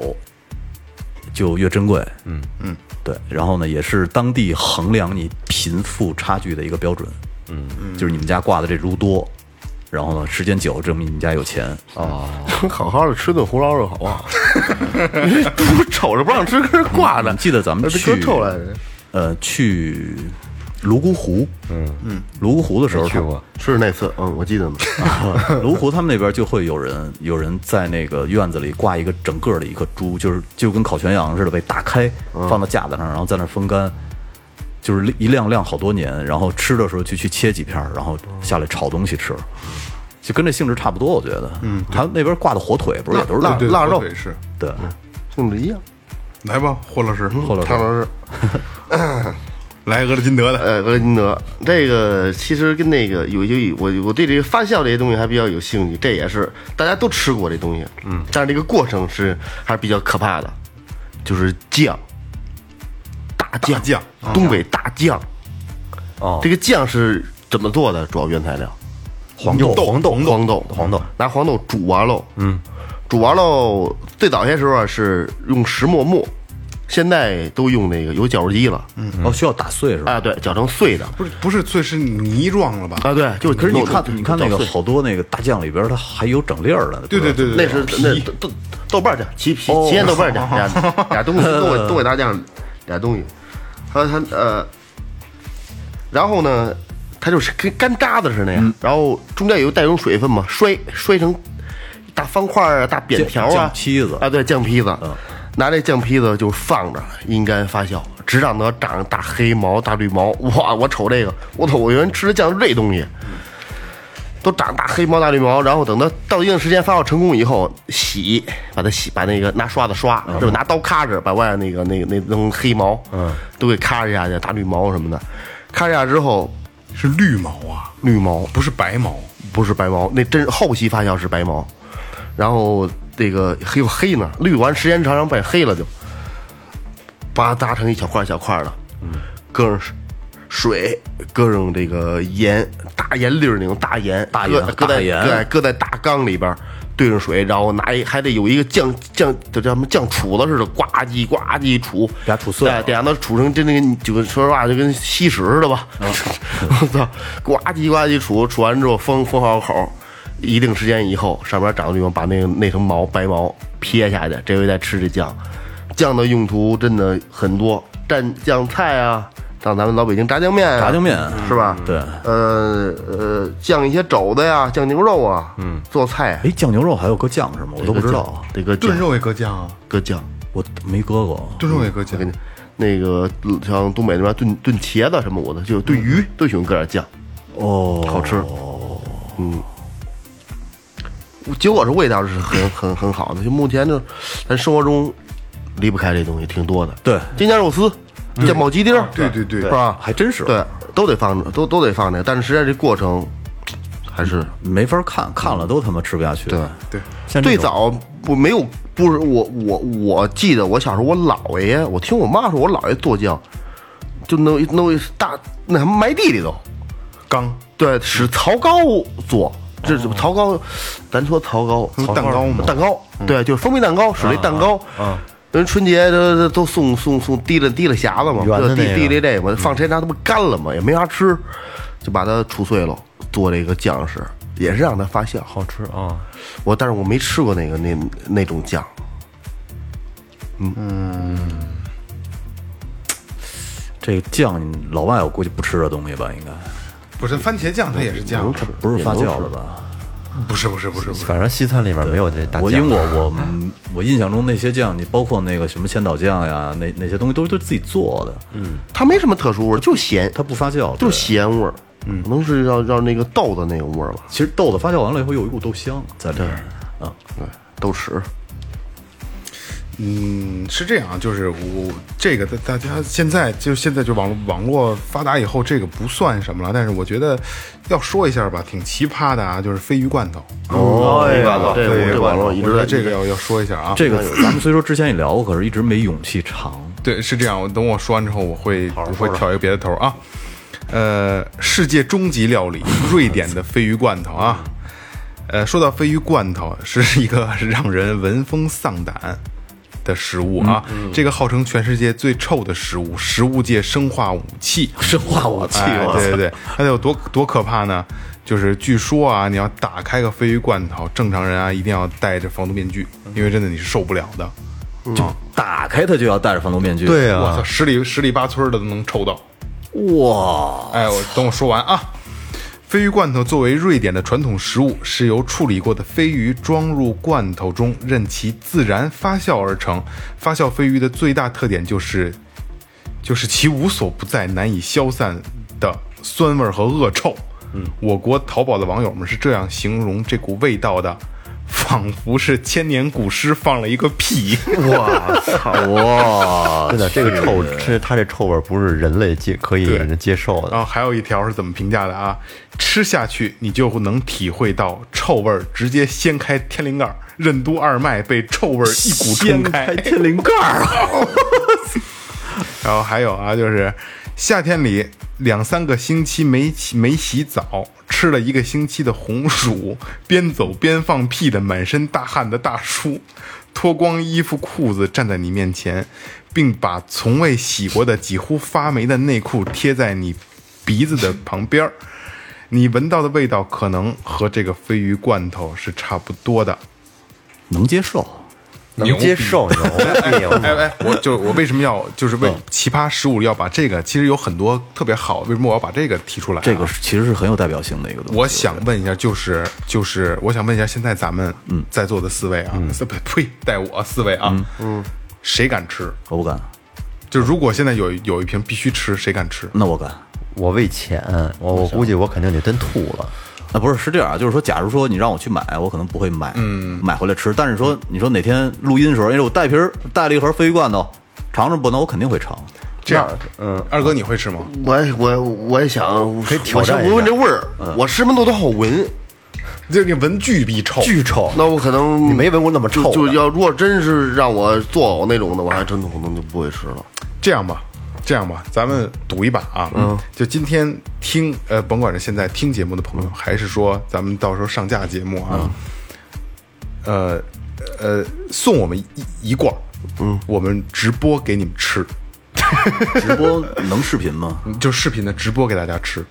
S5: 就越珍贵。嗯嗯，对。然后呢，也是当地衡量你贫富差距的一个标准。嗯嗯，就是你们家挂的这猪多，然后呢，时间久证明你们家有钱。 啊
S4: 好好的吃顿胡烧肉好不 好？都瞅着不让吃，跟人挂着
S5: 你们。记得咱们
S4: 这
S5: 去
S4: 哥臭来着，
S5: 呃去泸沽湖，嗯嗯，泸沽湖的时候
S1: 去过，
S4: 是那次，嗯，我记 得呢。
S5: 泸湖他们那边就会有人有人在那个院子里挂一个整个的一个猪，就是就跟烤全羊似的被打开，放到架子上，然后在那儿风干，就是一晾晾好多年，然后吃的时候就去切几片儿，然后下来炒东西吃，就跟这性质差不多，我觉得。嗯，还有那边挂的火腿不是也都是
S4: 辣
S3: 对对
S4: 腊肉
S3: 火腿是，
S5: 对，
S4: 性质一样。
S3: 来吧，霍老师，
S5: 后来
S4: 汤老师，
S3: 来俄勒金德的，
S4: 呃，俄金德这个其实跟那个有有我我对这个发酵这些东西还比较有兴趣，这也是大家都吃过这东西，嗯，但是这个过程是还是比较可怕的，就是酱，大大酱，
S3: 酱
S4: 东北大酱。
S1: 哦
S4: 这个酱是怎么做的？主要原材料，
S1: 黄豆、黄豆、
S4: 黄豆，
S1: 黄豆，
S4: 拿黄豆煮完喽。嗯，煮完喽，最早些时候啊是用石磨磨，现在都用那个有绞肉机了。嗯，
S5: 哦，需要打碎是吧？
S4: 啊，对，搅成碎的。
S3: 不是不是最是泥状了吧？
S4: 啊，对，就是
S5: 可是你
S4: 弄
S5: 看，你看那
S4: 搅
S5: 个
S4: 碎
S5: 好多那个大酱里边儿，它还有整粒儿的。
S3: 对对
S5: 对吧，
S3: 对对，
S4: 那是那豆豆豆瓣儿酱，齐齐
S5: 哦
S4: 齐鲜豆瓣儿 酱，俩俩东西，东北东北大酱俩东西，他他呃，然后呢，它就是跟干渣子似的
S5: 嗯
S4: 呀，然后中间有带有水分嘛，摔摔成大方块儿啊，大扁条啊，
S5: 酱酱坯子嗯
S4: 啊，对，酱坯子，拿这酱坯子就放着阴干发酵，直让它长大黑毛、大绿毛。哇，我瞅这个，我操，我原来吃的酱是这东西。都长大黑毛大绿毛，然后等它到一定时间发酵成功以后，洗，把它洗，把那个拿刷子刷，是吧？拿刀咔着，把外那个那个那层黑毛，嗯，都给咔着下去，大绿毛什么的，咔着下之后，
S3: 是绿毛啊，
S4: 绿毛
S3: 不是白毛。
S4: 不是白毛，那真是后期发酵是白毛，然后这个黑不黑呢？绿完时间长，然后变黑了就，把它搭成一小块儿小块儿的，搁上水，搁上这个盐，大盐粒儿那种大盐，
S5: 大
S4: 搁
S5: 盐
S4: 搁在
S5: 大盐
S4: 对搁在大缸里边儿。兑上水，然后拿一还得有一个酱酱，就叫什么酱杵子似的，呱唧呱唧杵，
S5: 给它杵碎了
S4: 对得让它杵成真那个，就跟说实话就跟吸食似的吧。
S5: 嗯
S4: 我操，呱唧呱唧杵，杵完之后封封好口，一定时间以后，上面长的地方把那个那层毛白毛撇下去，这回再吃这酱。酱的用途真的很多，蘸酱菜啊，像咱们老北京炸酱面啊，
S5: 炸酱面嗯
S4: 是吧？
S5: 对
S4: 呃呃，酱一些肘子呀，酱牛肉啊，嗯，做菜啊
S5: 哎，酱牛肉还有搁酱是吗？我都不知道啊，
S4: 得搁酱
S3: 炖肉也搁酱啊，
S4: 搁酱。
S5: 我没搁过。
S3: 炖肉也搁酱
S4: 我。跟你那个像东北那边炖炖茄子什么我的，就炖鱼都喜欢搁点酱，
S5: 哦，
S4: 好吃。嗯，结果是味道是很很很好的，就目前就咱生活中离不开这东西挺多的。
S5: 对
S4: 京酱肉丝、酱爆鸡丁，
S3: 对对对
S4: 是吧？
S5: 还真是
S4: 对，都得放着，都都得放着，但是实际上这过程还是
S5: 没法看，看了都他妈吃不下去。
S4: 对。
S3: 对，
S5: 像这
S4: 最
S5: 种
S4: 早不没有，不是我我我记得我小时候我姥爷，我听我妈说我姥爷做酱，就弄一弄一大那什么埋地里头，
S3: 缸
S4: 对，使槽糕做。这是槽糕，咱说槽糕，
S3: 那不
S4: 槽
S3: 蛋糕吗
S4: 蛋糕，对，就是蜂蜜蛋糕，使那蛋糕。人春节都都送送送提了提了匣子嘛，
S1: 圆的
S4: 这
S1: 那
S4: 提
S1: 个
S4: 提了这个，放时间长它不干了嘛，也没啥吃，就把它杵碎了做这个酱食，也是让它发酵。
S1: 好吃啊！
S4: 我但是我没吃过那个那那种酱，
S5: 这个酱，老外我估计不吃这东西吧？应该
S3: 不是番茄酱，它也是酱，
S5: 不是发酵的吧？
S3: 嗯不是不是不是不是，
S1: 反正西餐里面没有这大酱。啊
S5: 我英国我嗯我印象中那些酱，你包括那个什么千岛酱呀，那那些东西都是都是自己做的，嗯，
S4: 它没什么特殊味儿，就咸，
S5: 它不发酵，
S4: 就
S5: 对
S4: 是咸味儿，嗯，可能是要要那个豆的那个味儿吧，
S5: 其实豆子发酵完了以后有一股豆香在里面，啊，
S4: 豆豉。
S3: 嗯，是这样，就是我这个大大家现在就现在就网络网络发达以后，这个不算什么了，但是我觉得要说一下吧，挺奇葩的啊，就是鲱鱼罐头，
S4: 哦，这个这
S3: 鲱鱼
S4: 个这
S3: 罐
S4: 网
S3: 头
S4: 络
S3: 我
S4: 一
S3: 觉
S4: 直在
S3: 得这个要要说一下啊，
S5: 这个咱们虽说之前也聊过，可是一直没勇气尝。
S3: 对，是这样。我等我说完之后，我会我会挑一个别的头儿啊。呃，世界终极料理，瑞典的鲱鱼罐头啊。呃，说到鲱鱼罐头，是一个 让人闻风丧胆的食物啊。
S4: 嗯
S3: 这个号称全世界最臭的食物，食物界生化武器。
S5: 生化武器，
S3: 哎
S5: 我
S3: 对
S5: 操！
S3: 对对，它有多多可怕呢？就是据说啊，你要打开个鲱鱼罐头，正常人啊一定要戴着防毒面具，因为真的你是受不了的。
S5: 打开它就要戴着防毒面具。
S1: 对
S3: 我
S1: 啊，
S3: 操，十里十里八村儿的都能臭到。
S5: 哇，
S3: 哎，我等我说完啊。鲱鱼罐头作为瑞典的传统食物，是由处理过的鲱鱼装入罐头中，任其自然发酵而成。发酵鲱鱼的最大特点就是，就是其无所不在、难以消散的酸味儿和恶臭。嗯，我国淘宝的网友们是这样形容这股味道的，仿佛是千年古尸放了一个屁。
S5: 我操！哇，
S1: 真的这个臭，这它这臭味儿不是人类接可以
S3: 对啊
S1: 人家接受的
S3: 然。后还有一条是怎么评价的啊？吃下去你就能体会到臭味儿，直接掀开天灵盖儿，任督二脉被臭味儿一股冲开。
S5: 天灵盖儿啊！
S3: 然后还有啊，就是夏天里两三个星期没洗没洗澡，吃了一个星期的红薯，边走边放屁的满身大汗的大叔，脱光衣服裤子站在你面前，并把从未洗过的几乎发霉的内裤贴在你鼻子的旁边儿。你闻到的味道可能和这个鲱鱼罐头是差不多的。
S5: 能接受。
S1: 能接 受牛逼，我
S3: 哎哎，
S5: 嗯
S3: 我就是我为什么要就是为奇葩十五要把这个，其实有很多特别好，为什么我要把这个提出来、啊？
S5: 这个是其实是很有代表性的一个东西。
S3: 我想问一下，就是就是我想问一下，现在咱们
S5: 嗯
S3: 在座的四位啊，四 不呸，带我四位啊，嗯，谁敢吃？
S5: 我不敢，
S3: 就如果现在有有一瓶必须吃，谁敢吃？
S5: 那我敢。
S1: 我为钱，我我估计我肯定得真吐了。
S5: 啊，不是是这样啊，就是说，假如说你让我去买，我可能不会买，嗯，买回来吃。但是说，你说哪天录音的时候，因为我带瓶儿带了一盒鲱鱼罐头，尝尝不能，我肯定会尝。
S3: 这样，嗯，二哥你会吃吗？
S4: 我也我我也想，
S1: 可以挑战
S4: 我
S1: 一下
S4: 先
S1: 嗯
S4: 闻闻这味儿，我什么都都好闻，
S3: 就你闻巨必臭，
S1: 巨臭，
S4: 那我可能
S1: 你没闻过那么
S4: 就
S1: 臭的
S4: 就要如果真是让我作呕那种的，我还真可能就不会吃了。
S3: 这样吧，这样吧，咱们赌一把啊！嗯，就今天听呃，甭管是现在听节目的朋友，还是说咱们到时候上架节目啊，呃呃，送我们一一罐，嗯，我们直播给你们吃，
S5: 直播能视 频吗？
S3: 就视频的直播给大家吃。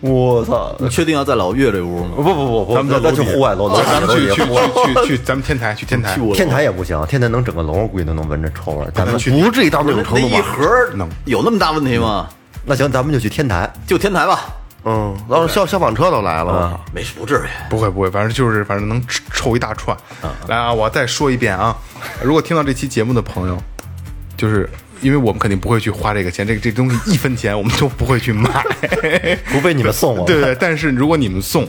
S1: 我操！
S5: 你确定要在老岳这屋吗？
S1: 不不不不，
S3: 咱们在
S1: 那
S3: 楼
S1: 去
S3: 底
S1: 户外楼，楼
S3: 咱们去去
S1: 楼底
S3: 去 去去，咱们天台去天台，
S1: 天台也不行，天台能整个楼，我估计都能闻着臭味儿。咱们
S4: 不至于到那种
S5: 那
S4: 程度
S5: 一
S4: 吧？
S5: 盒儿有那么大问题吗？
S1: 那行，咱们就去天台。
S5: 就天台吧，
S4: 嗯，然后消消防车都来
S1: 嗯
S4: 了，
S5: 没事，不至于。
S3: 不会不会，反正就是反正能吃臭一大串。
S5: 嗯
S3: 来啊，我再说一遍啊，如果听到这期节目的朋友，就是因为我们肯定不会去花这个钱，这个这东西一分钱我们都不会去 买，
S1: 除非你们送我
S3: 对对，但是如果你们送，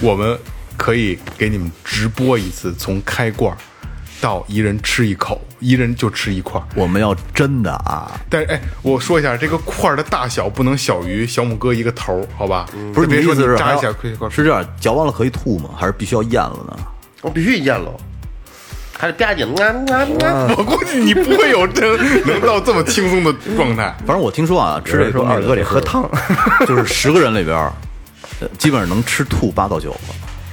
S3: 我们可以给你们直播一次，从开罐儿到一人吃一口，一人就吃一块儿。
S5: 我们要真的啊，
S3: 但是哎，我说一下，这个块儿的大小不能小于小拇哥一个头儿，好吧？
S5: 不是
S3: 别
S5: 你
S3: 说
S5: 嗯的意思是
S3: 扎一
S5: 还
S3: 下
S5: 要
S3: 亏一块儿
S5: 是这样，嚼完了可以吐吗？还是必须要咽了呢？
S4: 我必须咽了，还得吧唧，啊啊 啊！
S3: 我估计你不会有 这能到这么轻松的状态。
S5: 反正我听说啊，吃
S1: 有
S5: 这
S1: 人说
S5: 东西
S1: 二哥得喝汤，
S5: 就是十个人里边儿，呃基本上能吃吐八到九个。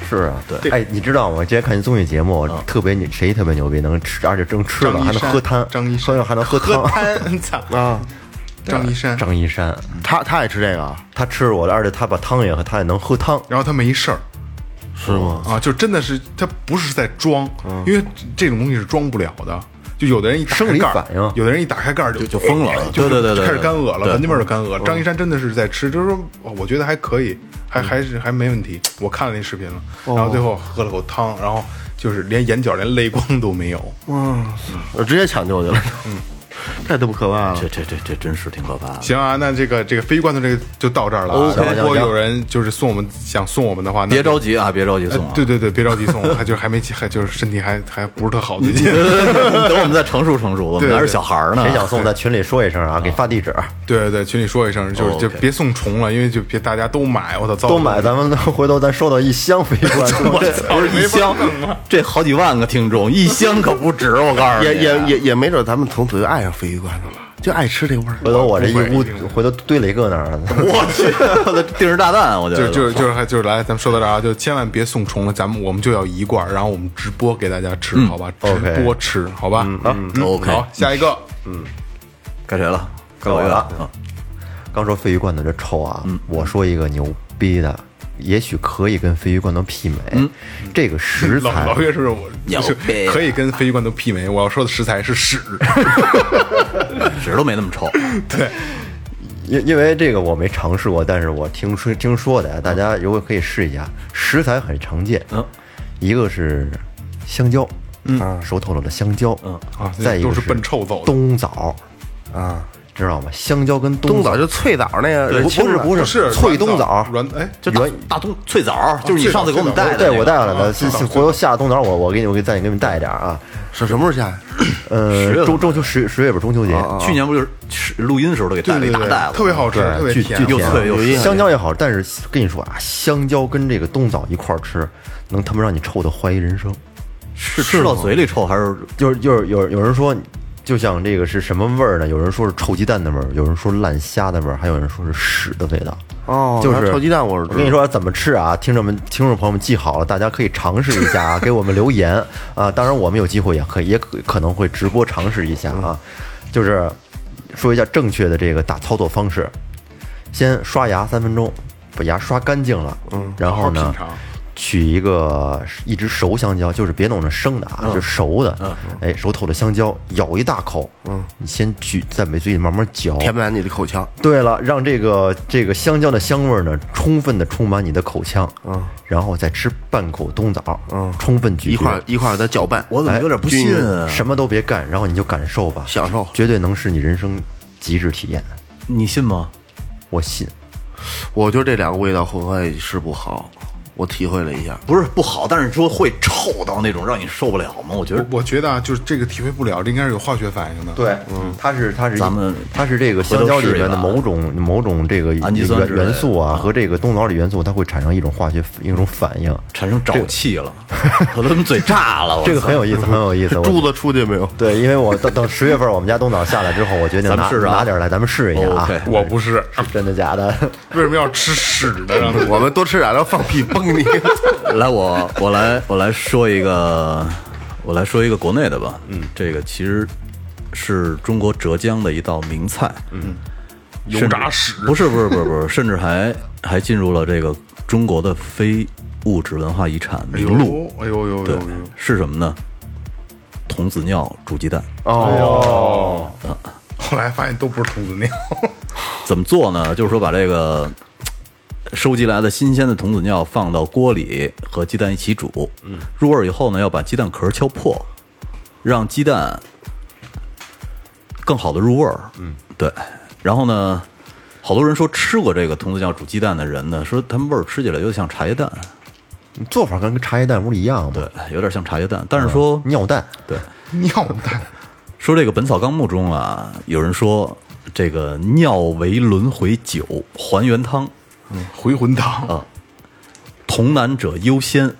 S1: 是啊，对。哎，你知道吗？之前看一综艺节目，特别牛，谁特别牛逼，能吃，而且正吃了
S3: 嗯张一
S1: 还能
S3: 山
S1: 喝汤，
S3: 张一山
S1: 喝完还能喝
S3: 喝
S1: 汤。
S3: 汤，操 啊！张一山，
S1: 张一山，
S3: 嗯
S4: 他他爱吃这个啊，
S1: 他吃我的，而且他把汤也喝，他也能喝汤。
S3: 然后他没事儿
S4: 是吗？
S3: 啊，就真的是他不是在装，因为这种东西是装不了的。就有的人一打
S1: 生
S3: 开
S1: 理
S3: 盖儿
S1: 反应
S3: 有的人一打开盖儿就哎
S5: 就就疯了
S3: 就是
S5: 对对对对
S3: 就开始干恶了，
S5: 对
S3: 闻见味儿就干恶。张一山真的是在吃，就是说哦我觉得还可以，还还是还没问题。我看了那视频了，然后最后喝了口汤，然后就是连眼角连泪光都没有。
S4: 我呃直接抢救去了， 嗯，这都不可 怕了
S5: 这。这这这真是挺可怕的。
S3: 行啊，那这个这个鲱鱼罐头这个就到这儿了啊。
S5: OK，
S3: 如果
S5: 行
S3: 有人就是送我们想送我们的话，那
S5: 别
S3: 就
S5: 着急啊，别着急
S3: 哎
S5: 送啊。
S3: 对对对，别着急送，还就是还没还就是身体还还不是特好，最近。
S5: 等我们再成熟成熟，我
S3: 对
S5: 们
S3: 对
S5: 还是小孩儿呢
S1: 谁。想送，在群里说一声啊，给发地址，
S3: 对对对，群里说一声，就是就
S5: OK
S3: 别送重了，因为就别大家都买，我操，糟
S1: 都
S3: 蹋
S1: 买，
S3: 了
S1: 咱们回头咱收到一箱飞罐，
S5: 不是一箱，
S3: 啊
S5: 这好几万个听众，一箱可不值。我告诉你，
S4: 也也也也没准咱们从此就爱上鲱鱼罐头了，就爱吃这味儿。
S1: 回头我这一
S3: 不
S1: 屋
S3: 会，
S1: 回头堆雷哥那儿，
S5: 我去，我的定时炸弹，啊我觉
S3: 就
S5: 得
S3: 就就是还就是来，咱们说到这儿啊，就千万别送重了，咱们我们就要一罐儿，然后我们直播给大家吃，好吧？直
S1: OK
S3: 播吃，好吧？好嗯
S5: OK
S3: 好，下一个，
S5: 该谁了？该
S1: 我
S5: 我
S1: 了
S5: 啊
S1: 刚说鲱鱼罐头这臭啊，我说一个牛逼的，也许可以跟鲱鱼罐头媲美。这个食
S3: 老
S1: 材
S3: 老岳是不是我
S5: 牛
S3: 就
S5: 逼啊
S3: 可以跟鲱鱼罐头媲美？我要说的食材是屎，
S5: 嗯纸都没那么臭。
S1: 因因为这个我没尝试过，但是我听说听说的呀，啊大家如果可以试一下，食材很常见，
S5: 嗯，
S1: 一个是香蕉，嗯，熟透了的香蕉，嗯
S3: 啊
S1: 再一个
S3: 都是奔臭走的
S1: 冬枣，
S4: 啊，
S1: 知道吗？香蕉跟
S4: 冬
S1: 冬
S4: 枣就脆枣那个，
S1: 不不是不
S3: 不
S1: 是
S3: 是
S1: 脆
S3: 软
S1: 冬枣，
S3: 软哎，
S5: 就大
S1: 原
S5: 大冬脆枣儿，就是你
S3: 脆枣
S5: 上次给我们
S3: 脆枣
S5: 带的那
S1: 对
S5: 个，
S1: 我带回来
S3: 啊
S1: 的，是
S3: 知道
S1: 是回头下冬枣我我给你我给再给你们带一点儿啊，
S4: 是什么时候下？
S1: 呃，中中秋十十月份中秋节，
S5: 去年不就是吃录音的时候都给带
S3: 对
S5: 了
S3: 对
S5: 一大袋
S3: 对，
S5: 子，
S3: 特别好吃，特别
S1: 巨
S3: 甜
S1: 巨，
S5: 又
S1: 甜啊
S5: 脆又
S4: 有印象
S1: 香蕉也好，但是跟你说啊，香蕉跟这个冬枣一块儿吃，能他妈让你臭的怀疑人生。
S5: 是吃到嘴里臭还是
S1: 就是就是有有人说，就像这个是什么味儿呢？有人说是臭鸡蛋的味儿，有人说烂虾的味儿，还有人说是屎的味道。
S4: 哦
S1: 就
S4: 那
S1: 是
S4: 臭鸡蛋我是知道
S1: 跟你说怎么吃啊，听众们、听众朋友们记好了，大家可以尝试一下啊，给我们留言啊。当然，我们有机会也可以，也可可能会直播尝试一下啊。
S4: 嗯
S1: 就是说一下正确的这个打操作方式，先刷牙三分钟，把牙刷干净了，嗯，然后
S3: 好好
S1: 呢
S3: 品尝，
S1: 取一个一只熟香蕉，就是别弄成生的啊，
S4: 嗯
S1: 就熟的，哎，熟透的香蕉，咬一大口，嗯，你先咀在美嘴里慢慢嚼，
S4: 填满你的口腔。
S1: 对了，让这个这个香蕉的香味儿呢，充分的充满你的口腔，嗯，然后再吃半口冬枣，嗯，充分咀嚼，
S4: 一块儿一块儿给它搅拌，哎
S5: 我怎么有点不信啊？
S1: 什么都别干，然后你就感受吧，
S4: 享受
S1: 绝对能是你人生极致体验，
S5: 你信吗？
S1: 我信。
S4: 我觉得这两个味道混合在一起是不好，我体会了一下。
S5: 不是不好，但是说会臭到那种让你受不了吗？我觉得
S3: 我觉得啊，就是这个体会不了，这应该是有化学反应的。，
S1: 对，嗯，它是它是
S5: 咱们
S1: 它是这个香蕉里面的
S5: 回头试一把
S1: 某种某种这个
S5: 氨基酸
S1: 元
S5: 之类的
S1: 元素啊
S5: 啊
S1: 和这个冬枣里元素，它会产生一种化学一种反应，
S5: 产生沼气了，我都他妈嘴炸了。我
S1: 这个
S5: 操
S1: 很有意思，很有意思。我
S4: 珠子出去没有？
S1: 对，因为我等等十月份我们家冬枣下来之后，我决定
S5: 咱们
S1: 拿
S5: 试试啊
S1: 拿点来，咱们试一下啊
S5: OK，
S3: 我不是，
S1: 是真的假的？
S3: 为什么要吃屎呢？让他
S4: 我们多吃点，然后放屁崩你。
S5: 来，我我来我来说一个，我来说一个国内的吧。嗯，这个其实是中国浙江的一道名菜。嗯，
S3: 油炸屎
S5: 不是不是不是不是，甚至还还进入了这个中国的非物质文化遗产名录。
S3: 录，哎呦呦呦
S5: 对
S3: 呦！，
S5: 是什么呢？童子尿煮鸡蛋
S3: 后来发现都不是童子尿，
S5: 怎么做呢？就是说把这个嘖收集来的新鲜的童子尿放到锅里和鸡蛋一起煮，入味儿以后呢，要把鸡蛋壳敲破，让鸡蛋更好的入味儿。嗯，对。然后呢，好多人说吃过这个童子尿煮鸡蛋的人呢，说他们味儿吃起来有点像茶叶蛋，
S1: 做法跟茶叶蛋不是一样吗？
S5: 对，有点像茶叶蛋，但是说
S1: 尿蛋，
S5: 对。
S3: 尿蛋
S5: 说这个《本草纲目》中啊，有人说这个尿为轮回酒，还原汤，
S3: 回魂汤
S5: 啊童男者优先。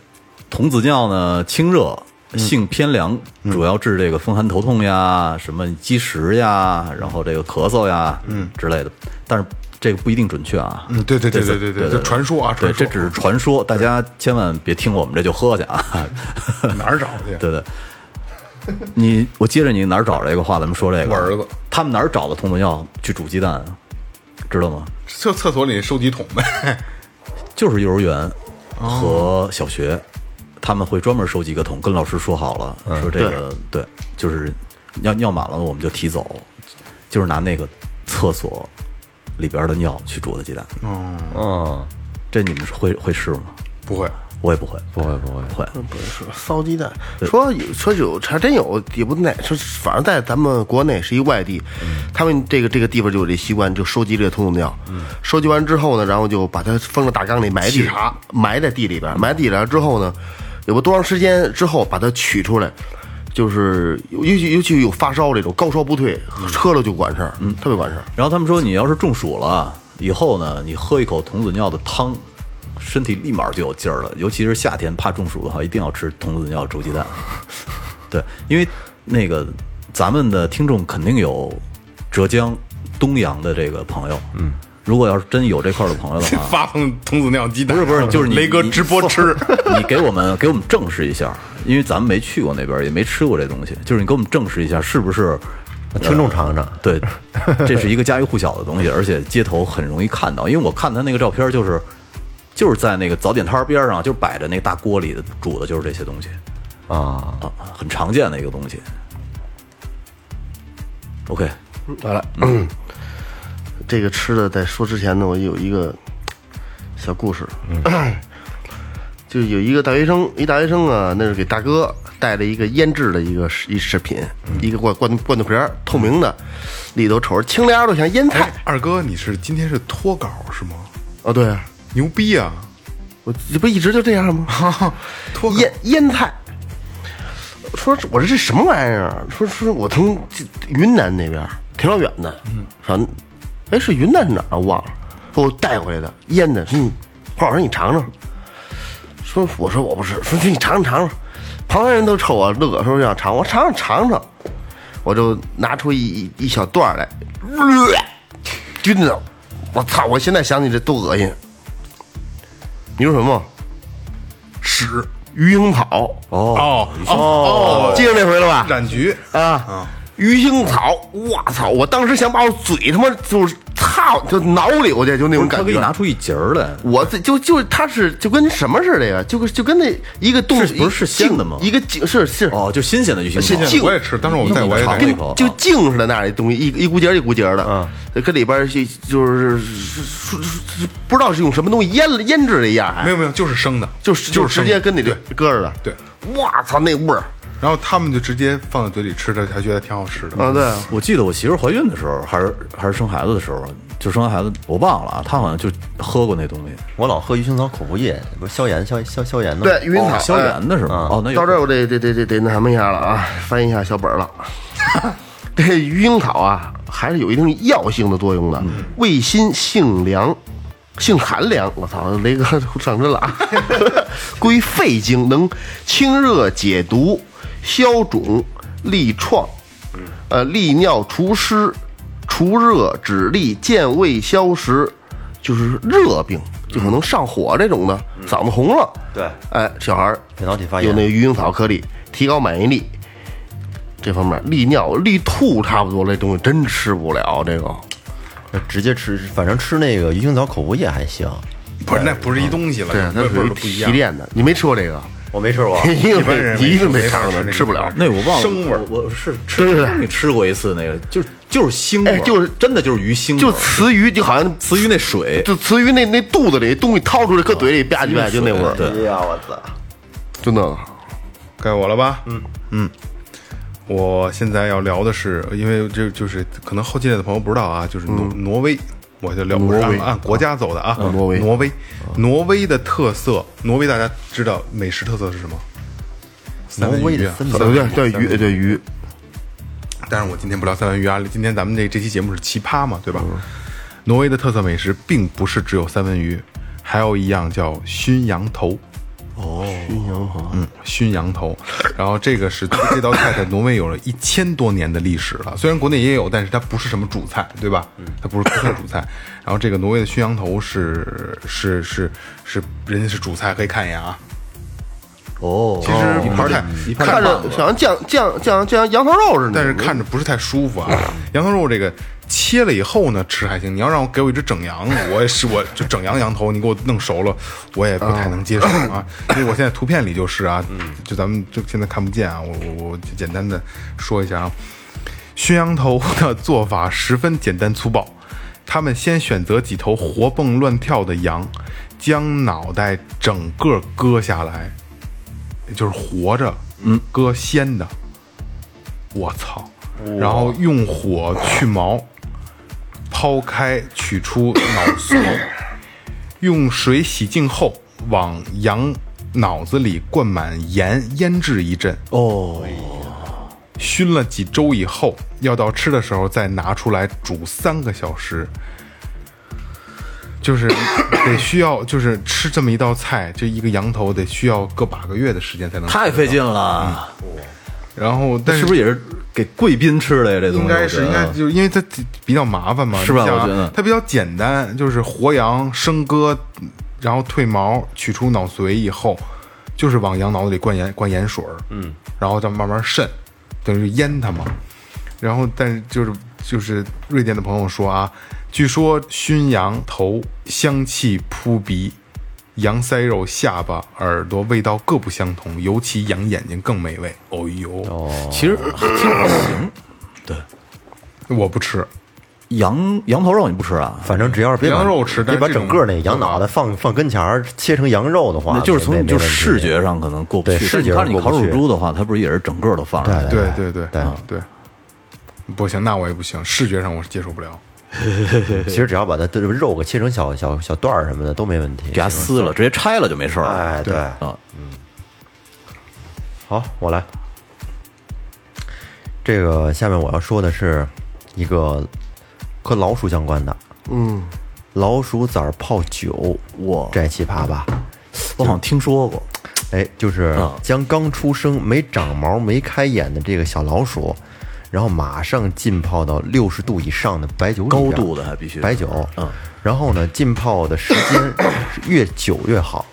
S5: 童子尿呢，清热，
S3: 嗯
S5: 性偏凉，主要治这个风寒头痛呀、什么积食呀，然后这个咳嗽呀，嗯之类的。但是这个不一定准确啊。
S3: 嗯对对对
S5: 这
S3: 对对对这传说啊
S5: 对，
S3: 传说
S5: 这只是传说，大家千万别听我们这就喝去 啊。
S3: 哪儿找去？
S5: 对对。你我接着你哪儿找这个话，咱们说这个。
S3: 我儿子，
S5: 他们哪儿找的童子尿去煮鸡蛋啊？知道吗？
S3: 就厕所里收集桶呗。
S5: 就是幼儿园
S1: 哦
S5: 和小学，他们会专门收集一个桶，跟老师说好了，
S1: 嗯
S5: 说这个对就是尿尿满了我们就提走，就是拿那个厕所里边的尿去煮的鸡蛋。
S1: 嗯，
S5: 这你们是会会试吗？
S3: 不会，
S5: 我也不会，
S1: 不会不会，
S5: 不会。
S4: 骚鸡蛋，说有说有，还真有，也不哪，说反正在咱们国内是一外地，他们这个这个地方就有这习惯，就收集这个童子尿，收集完之后呢，然后就把它封到大缸里埋地
S3: 沏茶，
S4: 埋在地里边，埋地里边之后呢，也不多长时间之后把它取出来。就是尤其尤其有发烧这种，高烧不退，喝了就管事儿，特别管事儿。
S5: 然后他们说，你要是中暑了以后呢，你喝一口童子尿的汤，身体立马就有劲儿了。尤其是夏天，怕中暑的话，一定要吃童子尿煮鸡蛋。 对，因为那个咱们的听众肯定有浙江东阳的这个朋友，嗯，如果要是真有这块儿的朋友的话，
S3: 发送童子尿鸡蛋，
S5: 不是不是，就是 你
S3: 雷哥直播吃，，
S5: 你你给我们给我们证实一下，因为咱们没去过那边，也没吃过这东西，就是你给我们证实一下，是不是
S1: 听众尝尝，
S5: 对，这是一个家喻户晓的东西，而且街头很容易看到。因为我看他那个照片，就是就是在那个早点摊儿边儿上，就摆着那个大锅里的煮的就是这些东西
S1: 啊，
S5: 啊，很常见的一个东西。OK，
S4: 好了，嗯，这个吃的在说之前呢，我有一个小故事，嗯 就有一个大学生，一大学生啊，那是给大哥带了一个腌制的一个食一食品，一个罐罐罐头瓶儿，透明的，里头瞅着清凉的像腌 菜。
S3: 哎二哥，你是今天是脱稿是吗？
S4: 哦，对啊，
S3: 牛逼啊！
S4: 我这不一直就这 样吗？
S3: 脱稿
S4: 腌腌菜。说是我说这什么玩意儿啊？说说我从这云南那边儿挺老远的，反正哎是云南哪儿啊忘了，说我带回来的腌的，嗯，黄老师你尝尝。说我说我不是，说你尝尝尝尝。旁边人都瞅我乐，说想尝，我尝尝尝尝。我就拿出一一一小段儿来，晕了，我操！我现在想起这多恶心。你说什么？屎，鱼腥草。
S3: 哦
S4: 哦，记着那回了吧？
S3: 染菊，
S4: 啊，鱼腥草，我操！我当时想把我嘴他妈就是操，就挠溜去，就那种
S5: 他
S4: 感
S5: 给你
S4: 觉。
S5: 拿出一截儿来，
S4: 我这就就它是就跟什么似的呀？就跟就跟那一个动
S5: 是不是是鲜的吗
S4: 一个茎是是
S5: 哦，就新鲜的就
S4: 新
S5: 行
S4: 鲜
S5: 了。
S4: 净
S3: 我也吃，当时我在我也
S5: 尝
S3: 在
S5: 过一
S3: 那
S5: 口，
S4: 就茎似的那东西，一一股节儿一股节儿的，嗯，跟里边儿就就是是是是不知道是用什么东西腌了腌制了一样，
S3: 没
S4: 还
S3: 有没有，就是生的，
S4: 啊就是
S3: 就是
S4: 直
S3: 生
S4: 接
S3: 的
S4: 跟你这
S3: 对
S4: 搁着的，
S3: 对，
S4: 我操那味儿，
S3: 然后他们就直接放在嘴里吃的，还觉得挺好吃
S5: 嗯
S3: 的。
S4: 啊对啊，
S5: 我记得我媳妇儿怀孕的时候，还是还是生孩子的时候，就生完孩子我忘了啊，她好像就喝过那东西，
S1: 我老喝鱼腥草口服液，不是消炎消消消炎的吗。
S4: 对，云
S5: 哦
S4: 草
S5: 消
S4: 哎
S5: 炎的是吗？哦，那有
S4: 到这儿我得得得得得那什么一下了啊，翻译一下小本儿了。啊这鱼腥草啊，还是有一定药性的作用的，
S1: 嗯
S4: 味辛性凉，性寒凉。我操，雷哥上身 了啊！归肺经，能清热解毒、消肿、利创，
S1: 嗯
S4: 呃，利尿除湿、除热止痢、健胃消食，就是热病，就可能上火这种的，嗓子红了，
S1: 嗯对
S4: 哎，小孩儿
S1: 扁桃体发炎
S4: 有那个鱼腥草颗粒，提高免疫力。这方面利尿利吐差不多了，这东西真吃不了。这个
S1: 直接吃，反正吃那个鱼腥草口服液还行。
S3: 不是，那不是一东西了，
S4: 对，它
S3: 味
S4: 属
S3: 味
S4: 于
S3: 儿不一
S4: 提
S3: 样。
S4: 炼的，你没吃过这个？
S1: 我没吃 过
S4: 一定
S3: 般人
S4: 没，一定
S3: 没
S4: 没
S3: 法
S4: 尝
S3: 吃
S4: 尝，
S3: 那
S4: 吃不
S3: 个
S4: 了。
S5: 那我忘了，
S3: 生味儿
S5: 我我是
S4: 对对
S5: 吃
S4: 对
S5: 你吃过一次那个，就是就是腥味
S4: 哎
S5: 儿，
S4: 就是
S5: 真的就是鱼腥味儿，
S4: 就雌鱼，就好像
S5: 雌鱼那水，
S4: 就雌鱼那那肚子里东西掏出来，搁嘴里吧唧吧唧，就那味儿，
S5: 对，
S1: 呀，我操！
S4: 就那个。
S3: 该我了吧？嗯嗯，我现在要聊的是，因为这就是可能后进来的朋友不知道啊，就是挪、挪威，我就聊我是按按国家走的啊，
S4: 挪威
S3: 挪威，挪威的特色，挪威大家知道美食特色是什么？三文
S1: 挪威
S3: 鱼
S1: 的
S3: 啊
S1: 三
S4: 对对呃对鱼对鱼，
S3: 但是我今天不聊三文鱼啊，今天咱们这这期节目是奇葩嘛，对吧？
S5: 嗯
S3: 挪威的特色美食并不是只有三文鱼，还有一样叫熏羊头。哦，熏羊头，嗯，熏羊头。然后这个是这道菜在挪威有了一千多年的历史了，虽然国内也有，但是它不是什么主菜，对吧？
S5: 嗯
S3: 它不是国菜主菜。然后这个挪威的熏羊头是是是是，人家是主菜，可以看一眼啊。
S5: 哦，
S3: 其实
S5: 一
S3: 盘儿
S5: 盘
S3: 菜
S5: 一盘
S4: 看
S5: 儿
S4: 着啊像酱酱酱酱羊头肉似的，
S3: 但是看着不是太舒服啊。羊头肉这个切了以后呢，吃还行。你要让我给我一只整羊，我也是我就整羊羊头，你给我弄熟了，我也不太能接受啊。因为我现在图片里就是啊，就咱们就现在看不见啊，我我我就简单的说一下啊。熏羊头的做法十分简单粗暴，他们先选择几头活蹦乱跳的羊，将脑袋整个割下来，就是活着，嗯，割鲜的，我操！然后用火去毛，抛开取出脑髓，用水洗净后往羊脑子里灌满盐腌制一阵，
S5: 哦，
S3: 哎熏了几周以后，要到吃的时候再拿出来煮三个小时。就是得需要，就是吃这么一道菜，这一个羊头得需要个把个月的时间才能吃
S5: 太费劲了，
S1: 嗯
S3: 然后，但
S5: 是不是也是给贵宾吃的呀？这东西
S3: 应该是应该就是因为它比较麻烦嘛，
S5: 啊是吧
S3: 你想啊
S5: 我觉得
S3: 它比较简单，就是活羊生割，然后褪毛，取出脑髓以后，就是往羊脑子里灌盐灌盐水儿，嗯，然后再慢慢渗，等于腌它嘛。然后，但是就是就是瑞典的朋友说啊，据说熏羊头香气扑鼻，羊腮肉、下巴、耳朵味道各不相同，尤其羊眼睛更美味。哦呦，
S5: 其实其实 还行，对，
S3: 我不吃，
S5: 羊羊头肉你不吃啊？
S1: 反正只要是别把
S3: 羊肉吃
S1: 别
S3: 但是
S1: 把
S3: 这种
S1: 整个那羊脑袋放放跟前儿切成羊肉的话，
S5: 那就是
S1: 没
S5: 从
S1: 没
S5: 就
S1: 问题
S5: 视觉上可能过不去，
S1: 对
S5: 但
S1: 视觉
S5: 你
S1: 上
S5: 看你烤
S1: 过不
S5: 乳
S1: 去
S5: 猪的话，它不是也是整个都放上去？
S3: 对对对对
S1: 对
S3: 对，不行，那我也不行，视觉上我是接受不了。
S1: 其实只要把它的肉给切成小小小段儿什么的都没问题。
S5: 给它撕了，直接拆了就没事儿了。
S1: 哎，对，
S5: 啊，
S1: 好，我来。这个下面我要说的是一个和老鼠相关的，
S4: 嗯，
S1: 老鼠崽儿泡酒，
S5: 哇
S1: 这奇葩吧？
S5: 我好像听说过，
S1: 哎，就是
S5: 啊
S1: 将刚出生、没长毛、没开眼的这个小老鼠，然后马上浸泡到六十度以上的白酒里边
S5: 高度的还必须
S1: 白酒，嗯，然后呢，浸泡的时间是越久越好。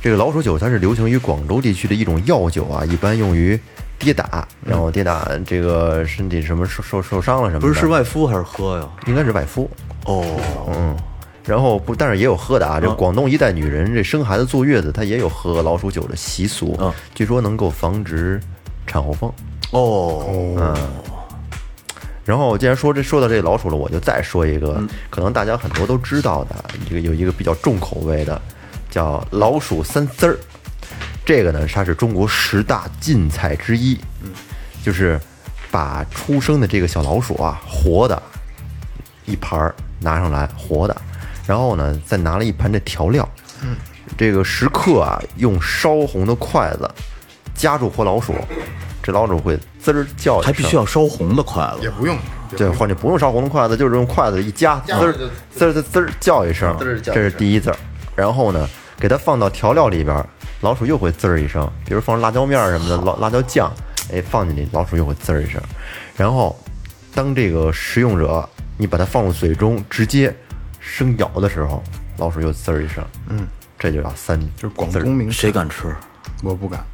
S1: 这个老鼠酒它是流行于广州地区的一种药酒啊，一般用于跌打，然后跌打这个身体什么受受受伤了什么的，
S5: 不是是外敷还是喝呀？
S1: 应该是外敷。嗯
S5: 哦，嗯
S1: 然后不，但是也有喝的啊。这广东一代女人这生孩子坐月子，她也有喝老鼠酒的习俗，
S5: 嗯
S1: 据说能够防止产后风。
S5: 哦，
S1: 然后既然说这说到这老鼠了，我就再说一个，可能大家很多都知道的，一个有一个比较重口味的，叫老鼠三丝儿。这个呢，它是中国十大禁菜之一，就是把出生的这个小老鼠啊，活的一盘儿拿上来活的，然后呢，再拿了一盘这调料，这个食客啊，用烧红的筷子夹住活老鼠，这老鼠会滋儿叫一
S5: 还必
S1: 声
S5: 须要烧红的筷
S3: 也
S5: 子，
S3: 不用，
S1: 对，换你不用烧红的筷子，就是用筷子一夹，滋儿滋儿滋儿滋儿叫一声，
S4: 滋儿叫一声
S1: 这是第一字儿。然后呢，给它放到调料里边儿，老鼠又会滋儿一声，比如放辣椒面儿 什么的，辣辣椒酱，哎，放进去，老鼠又会滋儿一声。然后，当这个食用者你把它放入嘴中，直接生咬的时候，老鼠又滋儿一声，嗯，这就叫三，
S3: 就是广东名
S5: 谁
S3: 产，
S5: 敢吃？
S3: 我不敢，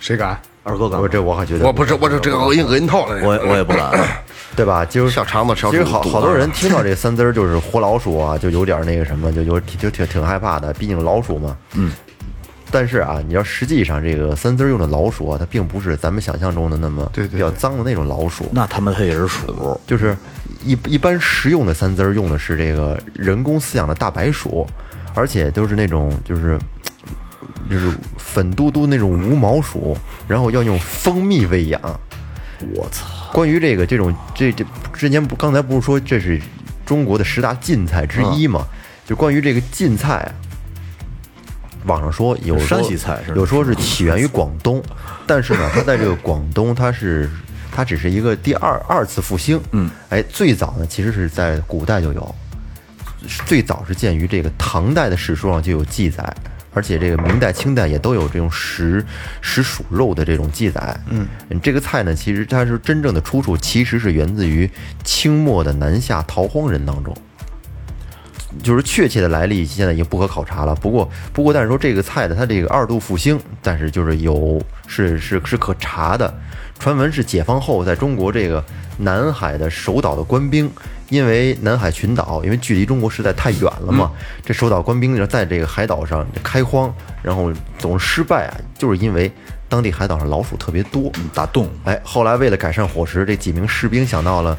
S3: 谁敢？
S5: 二哥敢
S1: 我？这我还觉得
S4: 我不是，我这这个恶心恶心透了。
S5: 我也我也不敢。
S1: 对吧？就是
S4: 小肠子烧
S1: 其实好
S4: 肚子
S1: 好多人听到这三字儿就是活老鼠啊，就有点那个什么，就有挺就挺挺害怕的，毕竟老鼠嘛。嗯。但是啊，你要实际上这个三字儿用的老鼠啊，它并不是咱们想象中的那么
S3: 对对对
S1: 比较脏的那种老鼠，
S5: 那他们他也是鼠，
S1: 就是一一般食用的三字儿用的是这个人工饲养的大白鼠，而且都是那种就是就是粉嘟嘟那种无毛鼠，然后要用蜂蜜喂养。
S5: 我操！
S1: 关于这个这种这这之前不刚才不是说这是中国的十大禁菜之一嘛？就关于这个禁菜啊，网上说有说
S5: 山西菜是吧
S1: 有说是起源于广东，但是呢，它 在这个广东它是它只是一个第二二次复兴。嗯，哎，最早呢其实是在古代就有，最早是见于这个唐代的史书上就有记载，而且这个明代、清代也都有这种食食鼠肉的这种记载。嗯，这个菜呢，其实它是真正的出处，其实是源自于清末的南下逃荒人当中。就是确切的来历现在已经不可考察了。不过，不过，但是说这个菜的它这个二度复兴，但是就是有是是是可查的。传闻是解放后，在中国这个南海的守岛的官兵，因为南海群岛因为距离中国实在太远了嘛，这守岛官兵呢在这个海岛上开荒，然后总是失败啊，就是因为当地海岛上老鼠特别多，
S5: 嗯打洞，
S1: 哎，后来为了改善伙食，这几名士兵想到了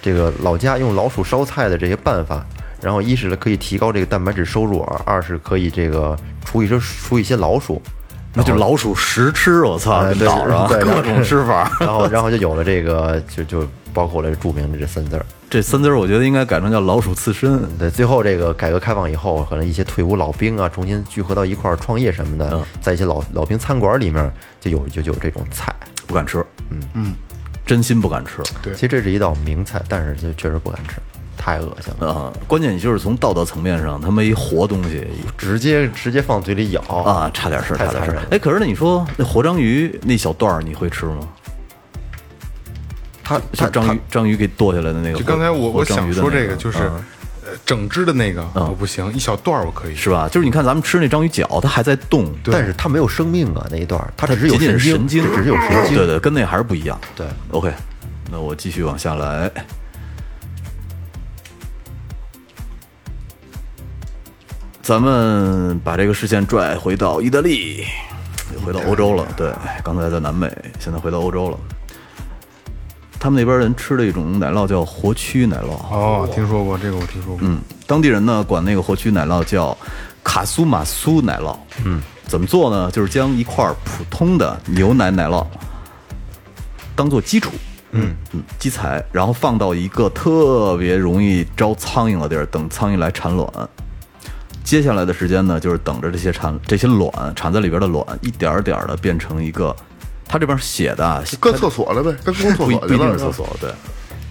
S1: 这个老家用老鼠烧菜的这些办法，然后一是可以提高这个蛋白质收入，啊二是可以这个除一些除一些老鼠，
S5: 那就老鼠食吃，我操！
S1: 哎
S5: 跟
S1: 对
S5: 岛上
S1: 对
S5: 各种吃法。
S1: 然后然后就有了这个就就包括了这著名的这三字儿。
S5: 这三字儿我觉得应该改成叫老鼠刺身。
S1: 对，最后这个改革开放以后，可能一些退伍老兵啊，重新聚合到一块儿创业什么的，在一些老老兵餐馆里面就有就就有这种菜。
S5: 不敢吃，嗯嗯，真心不敢吃。
S3: 对
S1: 其实这是一道名菜，但是就确实不敢吃，太恶心了。
S5: 啊，关键就是从道德层面上，他们一活东西
S1: 直接直接放嘴里咬
S5: 啊，差点事儿，
S1: 太
S5: 差点
S1: 残
S5: 事
S1: 忍
S5: 儿
S1: 了。。
S5: 哎，可是那你说那活章鱼那小段儿，你会吃吗？
S1: 它
S5: 就
S1: 它
S5: 章鱼章鱼给剁下来的那个活。
S3: 就刚才我我
S5: 活章
S3: 想
S5: 鱼的
S3: 说
S5: 那
S3: 这个就是，
S5: 嗯
S3: 呃，整只的那个我不行，一小段儿我可以，
S5: 是吧？就是你看咱们吃那章鱼脚，它还在动，
S3: 对
S1: 但是它没有生命啊，那一段儿它只是有
S5: 仅仅是
S1: 神
S5: 经，
S1: 只是有神经。
S5: 对对，跟那还是不一样。
S1: 对
S5: ，OK，那我继续往下来。咱们把这个视线拽回到意大利，又回到欧洲了。对，哎刚才在南美，现在回到欧洲了。他们那边人吃的一种奶酪叫活蛆奶酪，
S3: 哦，听说过这个，我听说过，
S5: 嗯，当地人呢管那个活蛆奶酪叫卡苏马苏奶酪。嗯，怎么做呢？就是将一块普通的牛奶奶酪当做基础，嗯嗯，基材，然后放到一个特别容易招苍蝇的地儿，等苍蝇来产卵。接下来的时间呢，就是等着这些产这些卵产在里边的卵一点儿点儿的变成一个，它这边写的啊，
S4: 搁厕所了呗，搁公共
S5: 不一
S4: 厕所
S5: 不一
S4: 去
S5: 定
S4: 了。
S5: 是厕所，对。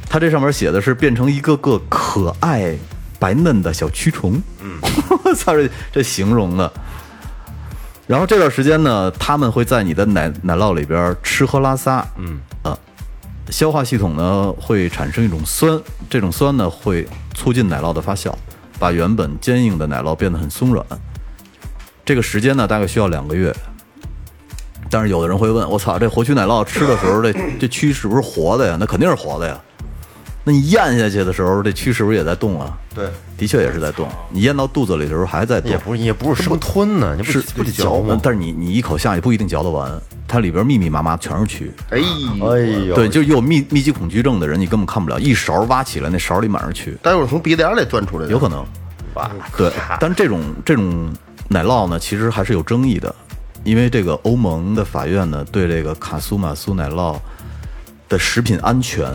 S5: 它这上面写的是变成一个个可爱白嫩的小蛆虫， 嗯，我操，这这形容的。然后这段时间呢，他们会在你的奶奶酪里边吃喝拉撒，嗯啊，消化系统呢会产生一种酸，这种酸呢会促进奶酪的发酵，把原本坚硬的奶酪变得很松软。这个时间呢大概需要两个月。但是有的人会问，我操，这活蛆奶酪吃的时候， 这这蛆是不是活的呀？那肯定是活的呀。那你咽下去的时候，这蛆是不是也在动啊？
S1: 对，
S5: 的确也是在动。啊你咽到肚子里的时候还在动
S1: 也，不是也不是生吞呢，你不
S5: 是
S1: 不得嚼吗？
S5: 但是你你一口下去不一定嚼得完，它里边密密麻麻全是蛆。
S4: 哎，
S1: 哎呦，
S5: 对，就有密密集恐惧症的人，你根本看不了，一勺挖起来，那勺里满是蛆，
S4: 待会儿从鼻梁里钻出来的，
S5: 有可能。 对，但是这种这种奶酪呢，其实还是有争议的，因为这个欧盟的法院呢，对这个卡苏马苏奶酪的食品安全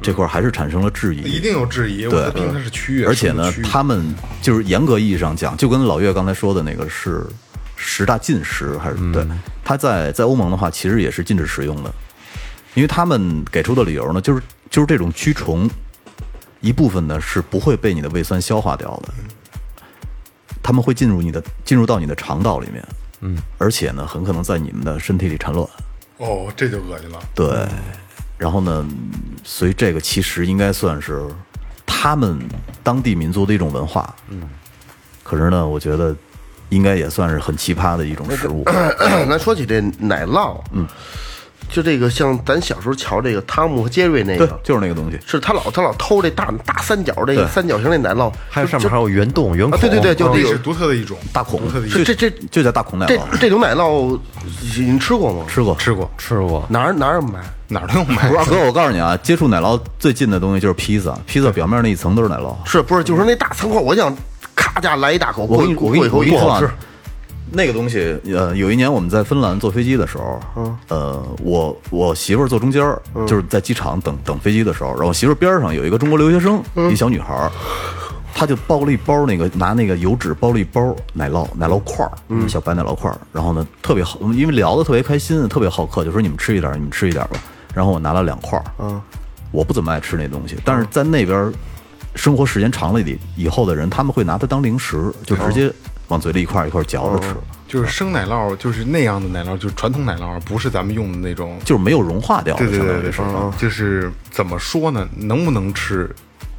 S5: 这块儿还是产生了质疑。
S3: 一定有质疑，我
S5: 对
S3: 在评它是区域，
S5: 而且
S3: 是，
S5: 呢
S3: 不是区域
S5: 他们就是严格意义上讲，就跟老岳刚才说的那个是十大禁食，还是、
S3: 嗯
S5: 对？他在在欧盟的话，其实也是禁止食用的，因为他们给出的理由呢，就是就是这种蛆虫一部分呢是不会被你的胃酸消化掉的，
S3: 嗯
S5: 他们会进入你的进入到你的肠道里面，嗯，而且呢，很可能在你们的身体里产卵，
S3: 哦，这就恶心了。
S5: 对，然后呢，所以这个其实应该算是他们当地民族的一种文化。嗯，可是呢，我觉得应该也算是很奇葩的一种食物。
S4: 咱说起这奶酪，嗯，就这个像咱小时候瞧这个汤姆和杰瑞那
S5: 对
S4: 个，，
S5: 就是那个东西。
S4: 是他老他老偷这大大三角这个
S5: 对
S4: 三角形那奶酪，
S1: 还有上面
S4: 就
S1: 还有圆洞圆孔，
S4: 啊对对对就
S3: 这
S4: 这个
S3: 是独特的一种
S5: 大孔
S3: 独特的一种，
S4: 是这这
S5: 就叫大孔奶
S4: 这
S5: 酪，
S4: 这种奶酪，你吃过吗？
S5: 吃过。
S3: 吃过
S1: 吃过，
S4: 哪儿哪儿买？
S3: 哪儿都有卖
S5: 不是。二哥，我告诉你啊，接触奶酪最近的东西就是披萨，披萨表面那一层都是奶酪。
S4: 是不是就是那大餐块？我想咔家来一大口，
S5: 我
S4: 过
S5: 跟你
S4: 一
S5: 我跟
S4: 过
S5: 你
S4: 一口
S5: 我跟
S4: 瘾
S5: 你说啊，那个东西，呃，有一年我们在芬兰坐飞机的时候，呃，我我媳妇儿坐中间儿，就是在机场等等飞机的时候，然后我媳妇儿边上有一个中国留学生，一小女孩儿，她就包了一包那个拿那个油纸包了一包奶酪奶酪块儿，
S3: 嗯
S5: 小白奶酪块儿，然后呢特别好，因为聊得特别开心，特别好客，就说你们吃一点儿，你们吃一点儿吧。然后我拿了两块儿，嗯，我不怎么爱吃那东西，但是在那边儿生活时间长了以以后的人，他们会拿它当零食，就直
S3: 嗯
S5: 接往嘴里一块儿一块儿嚼着吃，
S3: 就是生奶酪，就是那样的奶酪，就是传统奶酪，不是咱们用的那种。
S5: 就是没有融化掉的，
S3: 对对
S5: 相
S3: 对
S5: 当于
S3: 对，嗯
S5: 是
S3: 对就是怎么说呢？能不能吃？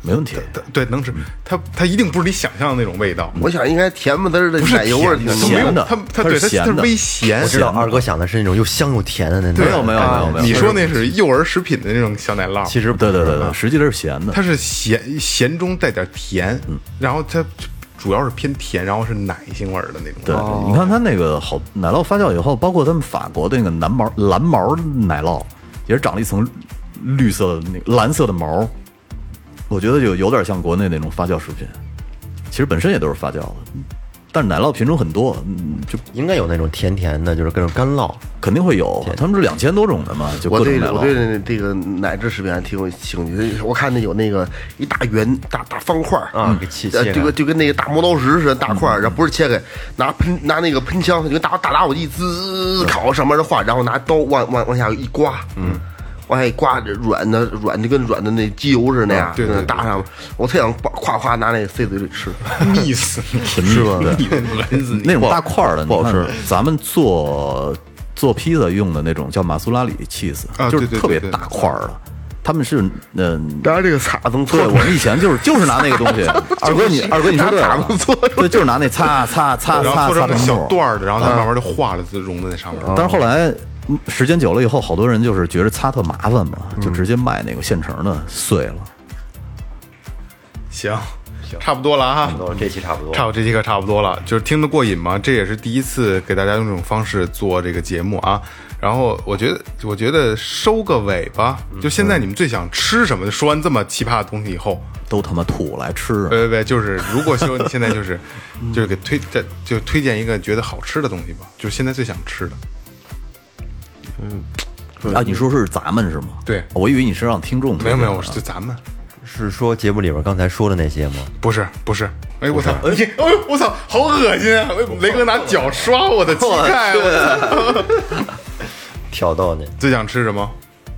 S5: 没问题。
S3: 对，能吃。它它一定不是你想象的那种味道，
S4: 我想应该甜不滋儿的
S3: 不是
S4: 奶油味儿
S3: 甜的，
S4: 挺
S3: 它
S5: 咸
S3: 没有
S5: 的
S3: 它它
S5: 它
S3: 对
S5: 是
S3: 它
S5: 咸
S3: 它是
S5: 的
S3: 微咸
S1: 我。知道二哥想的是那种又香又甜的那种，啊
S5: 没有没有没有没有，
S3: 你说那是幼儿食品的那种小奶酪，
S1: 其实不
S5: 对对对对，
S3: 嗯
S5: 实际它是咸的
S3: 它，是咸咸中带点甜，然后它主要是偏甜，然后是奶腥味儿的那种。
S5: 对，你看它那个好奶酪发酵以后，包括他们法国的那个蓝毛蓝毛奶酪，也是长了一层绿色的那个蓝色的毛，我觉得有有点像国内那种发酵食品，其实本身也都是发酵的，但是奶酪品种很多，嗯，就
S1: 应该有那种甜甜的，就是各种干酪，
S5: 肯定会有，他们是两千多种的嘛，就
S4: 我
S5: 各种
S4: 对
S5: 奶
S4: 我对
S5: 酪。
S4: 那这个奶制食品还挺有兴趣，我看那有那个一大圆大大方块儿
S1: 啊给切
S4: 呃
S1: 切开
S4: 就跟就跟那个大磨刀石似的大块儿，然后不是切开，拿喷拿那个喷枪，就跟打打打火机滋烤上面的画，然后拿刀往往往下一刮，嗯，往下一刮，软的软的跟软的那机油似的那样，嗯
S3: 对对对
S4: 打上面，我特想夸夸夸拿那个塞嘴里吃，
S3: 腻死你，是吧？ 恶心死你！
S5: 那种大块儿的不好吃。咱们做做披萨用的那种叫马苏拉里 cheese，、
S3: 啊
S5: 就是
S3: 对对
S5: 特别
S3: 对对
S5: 大块儿的。他们是嗯，
S4: 拿这个擦能
S5: 对
S4: 搓
S5: 我们以前就是就是拿那个东 西。二哥你二哥你说对了，啊对，就是拿那擦擦擦啊
S3: 然后
S5: 擦
S3: 做
S5: 擦
S3: 成那
S5: 成
S3: 小
S5: 沫啊
S3: 段儿的，然后它慢慢就化了，就融在那上面。
S5: 但是后来嗯时间久了以后，好多人就是觉得擦特麻烦嘛，就
S3: 嗯
S5: 直接卖那个现成的碎了。
S3: 行，差不多了啊。
S1: 这期差不多
S3: 差不多这节课差不多了，就是听得过瘾吗？这也是第一次给大家用这种方式做这个节目啊。然后我觉得，我觉得收个尾吧。就现在你们最想吃什么？说完这么奇葩的东西以后，
S5: 都他妈吐来吃，
S3: 别别别，就是如果说你现在 就是嗯就是给推这就推荐一个觉得好吃的东西吧，就是现在最想吃的。
S5: 啊！你说是咱们是吗？
S3: 哎对
S5: 我以为你是让听众啊
S3: 没有没有，
S5: 推
S3: 我
S5: 荐
S3: 是
S5: 的
S3: 就咱们
S1: 是说节目里边刚才说的那些吗？
S3: 不是不是。哎我操！你哎呦我操，好恶心啊！雷哥拿脚刷我 的膝盖，我操！
S1: 挑逗呢？
S3: 最想吃什么？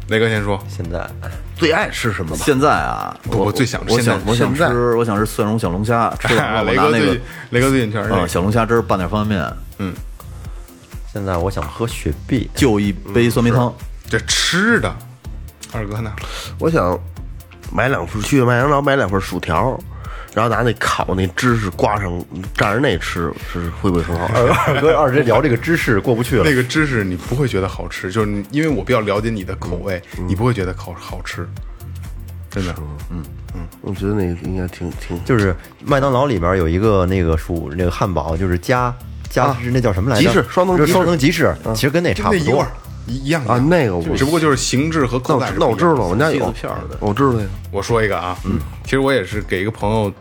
S3: 雷哥先说。
S1: 现在
S4: 最爱吃什么吧？
S5: 现在啊，
S3: 不我最想现
S5: 我
S3: 在
S5: 想我想
S3: 现在
S5: 吃我想吃蒜蓉小龙虾， 吃完了我
S3: 啊雷
S5: 拿
S3: 哥
S5: 那
S3: 最
S5: 个
S3: 近雷哥最近全是这
S5: 啊
S3: 个。
S5: 小龙虾汁儿拌点方便面，
S1: 现在我想喝雪碧，
S3: 嗯
S5: 就一杯酸梅汤。
S3: 这吃的，二哥呢？
S4: 我想买两份去麦当劳买两份薯条，然后拿那烤那芝士刮上蘸着那吃，是会不会很好吃？
S1: 二哥二这聊这个芝士过不去了
S3: 那，个芝士你不会觉得好吃，就是你因为我比较了解你的口味，你不会觉得好好吃，真的。
S4: 我觉得那个应该挺挺
S1: 就是麦当劳里边有一个那个薯那个汉堡，就是加加芝那叫什么来着？
S4: 吉士双层
S1: 就是
S4: 吉士
S1: 双层吉士，其实跟那差
S3: 那
S1: 不
S3: 一
S1: 多
S3: 块。一一样
S4: 啊
S3: 一样
S4: 那个我
S3: 就只不过就是形制和
S4: 那
S3: 口
S4: 我
S3: 感
S4: 知
S3: 是
S4: 那
S3: 不一
S4: 我
S3: 样
S4: 知道了，我们家有
S5: 西子片儿的
S4: 我知道那个。
S3: 我说一个啊，嗯，其实我也是给一个朋友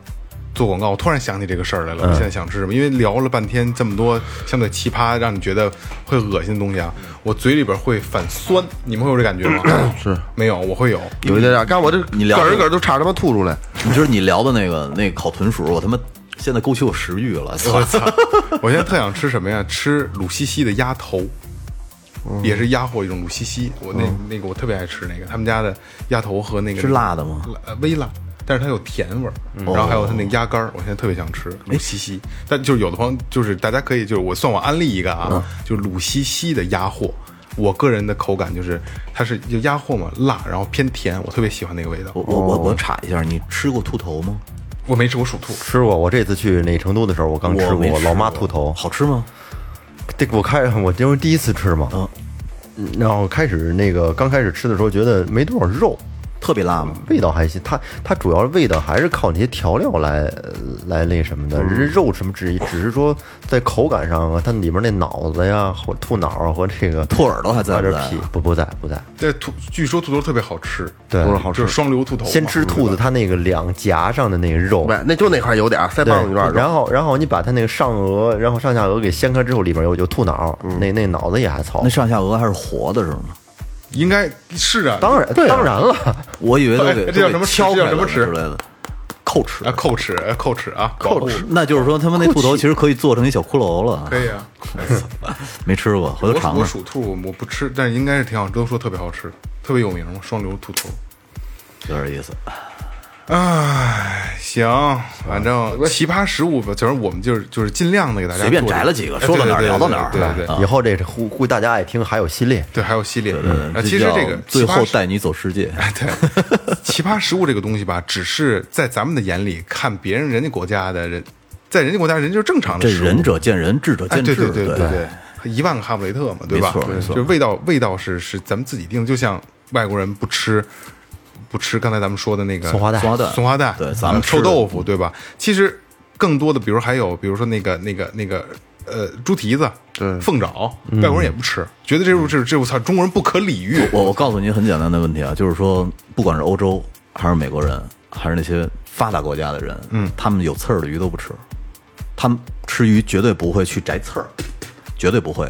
S3: 做广告，我突然想起这个事儿来了。我现在想吃什么？因为聊了半天这么多相对奇葩，让你觉得会恶心的东西啊，我嘴里边会反酸，你们会有这感觉吗？是没有，我会有。
S4: 有一点点，干我这
S5: 你
S4: 嗝
S5: 聊
S4: 儿嗝儿都差点他妈吐出来。
S5: 你 就是你聊的那个那个烤豚鼠，我他妈现在勾起我食欲了，操！
S3: 我现在特想吃什么呀？吃鲁西西的鸭头，也是鸭货一种鲁西西。我那、那个我特别爱吃那个，他们家的鸭头和那个
S5: 是辣的吗？
S3: 呃微辣，但是它有甜味儿。然后还有它那个鸭肝儿，我现在特别想吃鲁西西。但就是有的朋友就是大家可以就是我算我安利一个啊，就鲁西西的鸭货。我个人的口感就是，它是就鸭货嘛，辣，然后偏甜，我特别喜欢那个味道。
S5: 我我我
S3: 哦
S5: 我查一下，你吃过兔头吗？
S3: 我没吃过鼠兔，
S1: 吃过，我这次去那成都的时候，我刚吃过，
S5: 没
S1: 我老妈
S5: 过啊
S1: 兔头，
S5: 好吃吗？
S1: 这我开我因为第一次吃嘛，嗯，然后开始那个刚开始吃的时候觉得没多少肉，
S5: 特别辣
S3: 嗯
S5: 吗？
S1: 味道还行，它它主要味道还是靠那些调料来来那什么的，肉什么只只是说在口感上啊，它里边那脑子呀或兔脑啊和这个
S5: 兔耳朵还在
S1: 和
S5: 不
S1: 这
S5: 在啊
S1: 皮不不在不在，
S3: 但兔据说兔头特别好吃，
S1: 对
S3: 就是好吃，就是双流兔头嘛。
S1: 先吃兔
S3: 对
S1: 子
S3: 吧，
S1: 它那个两颊上的那个肉，
S4: 喂，那就那块有点儿腮帮子有点儿
S1: 对，
S4: 肉。
S1: 然后然后你把它那个上颚，然后上下颚给掀开之后，里边有有兔脑，
S3: 嗯
S1: 那那脑子也还糙
S5: 那，上下颚还是活的是吗？
S3: 应该是啊，
S1: 当然当然了。
S5: 我以为都给
S3: 哎这叫
S5: 都给
S3: 什么吃
S5: 敲开
S3: 这叫什么
S5: 了
S3: 吃
S5: 之类的，扣吃
S3: 啊，扣齿，呃扣齿啊，保护
S5: 扣吃。那就是说他们那兔头其实可以做成一小骷髅了，
S3: 可以啊。
S5: 没吃过，回头
S3: 我
S5: 尝
S3: 我
S5: 尝。
S3: 属兔，我不吃，但是应该是挺好，都说特别好吃，特别有名嘛，双流兔头。
S5: 有点意思。
S3: 啊唉，行，反正奇葩食物吧，就是我们就是就是尽量的给大家
S5: 啊随便
S3: 做
S5: 摘
S3: 这
S5: 了几个
S3: 哎
S5: 说到
S3: 对
S5: 哪儿
S3: 对
S5: 聊到
S3: 对
S5: 哪儿
S3: 对对对
S1: 以后这呼呼大家爱听，还有系列，
S3: 对，还有系列。啊，其实
S5: 叫
S3: 这个
S5: 最
S3: 奇葩
S5: 后
S3: 食
S5: 带你走世界，
S3: 对，奇葩食物这个东西吧，只是在咱们的眼里看别人人家国家的人，在人家国家人就是正常的
S5: 这
S3: 食物。
S5: 仁者见仁，智者
S3: 哎，
S5: 见
S3: 对
S5: 智。
S3: 对对对，一万个哈姆雷特嘛，对吧？
S5: 没错没错
S3: 就味道味道是是咱们自己定的，就像外国人不吃不吃刚才咱们说的那个
S1: 松花蛋
S5: 松花蛋
S3: 松花蛋，呃
S5: 对咱们吃
S3: 臭
S5: 的
S3: 豆腐，对吧？其实更多的，比如还有，比如说那个那个那个呃，猪蹄子，对，凤爪，
S5: 嗯
S3: 外国人也不吃，觉得这肉这这我操，中国人不可理喻。
S5: 我我告诉您很简单的问题啊，就是说，不管是欧洲还是美国人，还是那些发达国家的人，嗯，他们有刺儿的鱼都不吃，他们吃鱼绝对不会去摘刺儿，绝对 不会，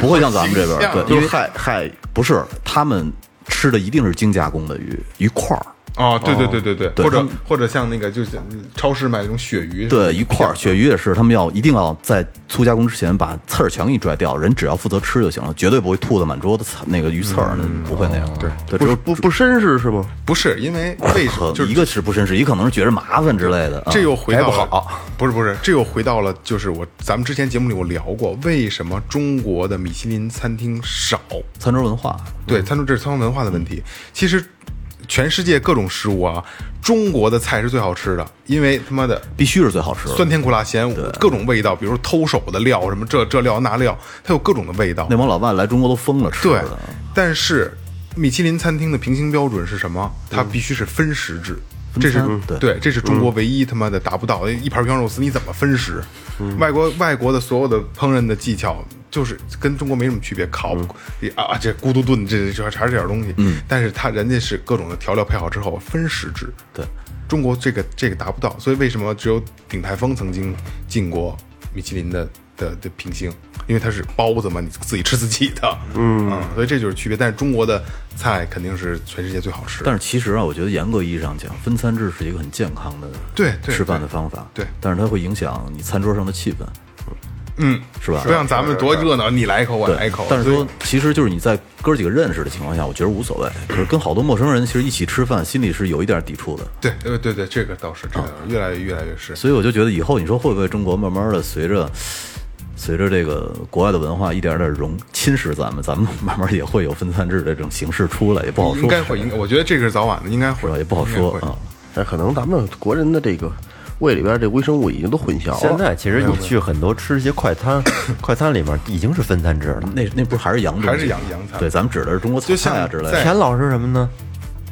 S5: 不会像咱们这
S3: 形
S5: 边
S3: 象
S5: 儿，对，
S4: 哦
S5: 因
S4: 就是
S5: 为
S4: 害害，
S5: 不是他们吃的一定是精加工的鱼，鱼块儿，
S3: 哦，对对对对对，
S5: 对
S3: 或
S5: 他
S3: 者
S5: 们
S3: 或者像那个就是超市买那种鳕鱼，
S5: 对，一块儿鳕鱼也是，他们要一定要在粗加工之前把刺儿全给你拽掉，人只要负责吃就行了，绝对不会吐的满桌子刺那个鱼刺
S4: 嗯
S5: 儿，那不会那样。对对，
S4: 哦不
S5: 只
S4: 是
S5: 有
S4: 不不绅士是吗？
S3: 不是因为为什么
S5: 可
S3: 就是
S5: 一个是不绅士，一个可能是觉着麻烦之类的。啊
S3: 这又回到了
S1: 哎不好，
S3: 不是不是，这又回到了就是我咱们之前节目里我聊过，为什么中国的米其林餐厅少？
S5: 餐桌文化，
S3: 对，餐桌这是餐桌文化的问题。其实，全世界各种食物啊，中国的菜是最好吃的，因为他妈的
S5: 必须是最好吃的。
S3: 酸甜苦辣咸，各种味道，比如偷手的料，什么这这料那料，它有各种的味道
S5: 那。帮老外来中国都疯了吃
S3: 对
S5: 的，，啊
S3: 但是米其林餐厅的评星标准是什么？它必须是分食制。这是
S5: 嗯餐对
S3: 对，这是中国唯一他妈的达不到的一盘羊肉丝，你怎么分食？外国外国的所有的烹饪的技巧，就是跟中国没什么区别，烤啊这咕嘟炖这这还是点东西，但是它人家是各种的调料配好之后分食制，
S5: 对，
S3: 中国这个这个达不到，所以为什么只有鼎泰丰曾经进过米其林的的的评星？因为它是包子嘛，你自己吃自己的，嗯所以这就是区别。但是中国的菜肯定是全世界最好吃。
S5: 但是其实啊，我觉得严格意义上讲，分餐制是一个很健康的
S3: 对对
S5: 吃饭的方法，
S3: 对对
S5: 但是它会影响你餐桌上的气氛，
S3: 嗯，
S5: 是吧？
S3: 不像咱们多热闹，你来一口我
S5: 对，
S3: 来一口。
S5: 但是
S3: 所
S5: 说
S3: 以，
S5: 其实就是你在哥几个认识的情况下，我觉得无所谓。可是跟好多陌生人其实一起吃饭，心里是有一点抵触的。
S3: 对对对对，
S5: 啊
S3: 这个倒是这个倒是越来越越来越是。
S5: 所以我就觉得以后你说会不会中国慢慢的随着随着这个国外的文化一点点融侵蚀咱们，咱们慢慢也会有分散制的这种形式出来，也不好说。
S3: 应该会，应该我觉得这个是早晚的，应该
S5: 是
S3: 会
S5: 吧？，也不好
S3: 应该
S5: 说
S3: 会
S5: 啊。
S4: 但可能咱们国人的这个胃里边这微生物已经都混淆了。
S1: 现在其实你去很多吃一些快餐， 快餐里面已经是分餐制了。
S5: 那那不是还是洋东西
S3: 还是洋洋菜
S5: 对，咱们指的是中国
S3: 就
S5: 菜
S3: 像
S5: 啊之类
S3: 在
S5: 的。
S1: 田老师什么呢？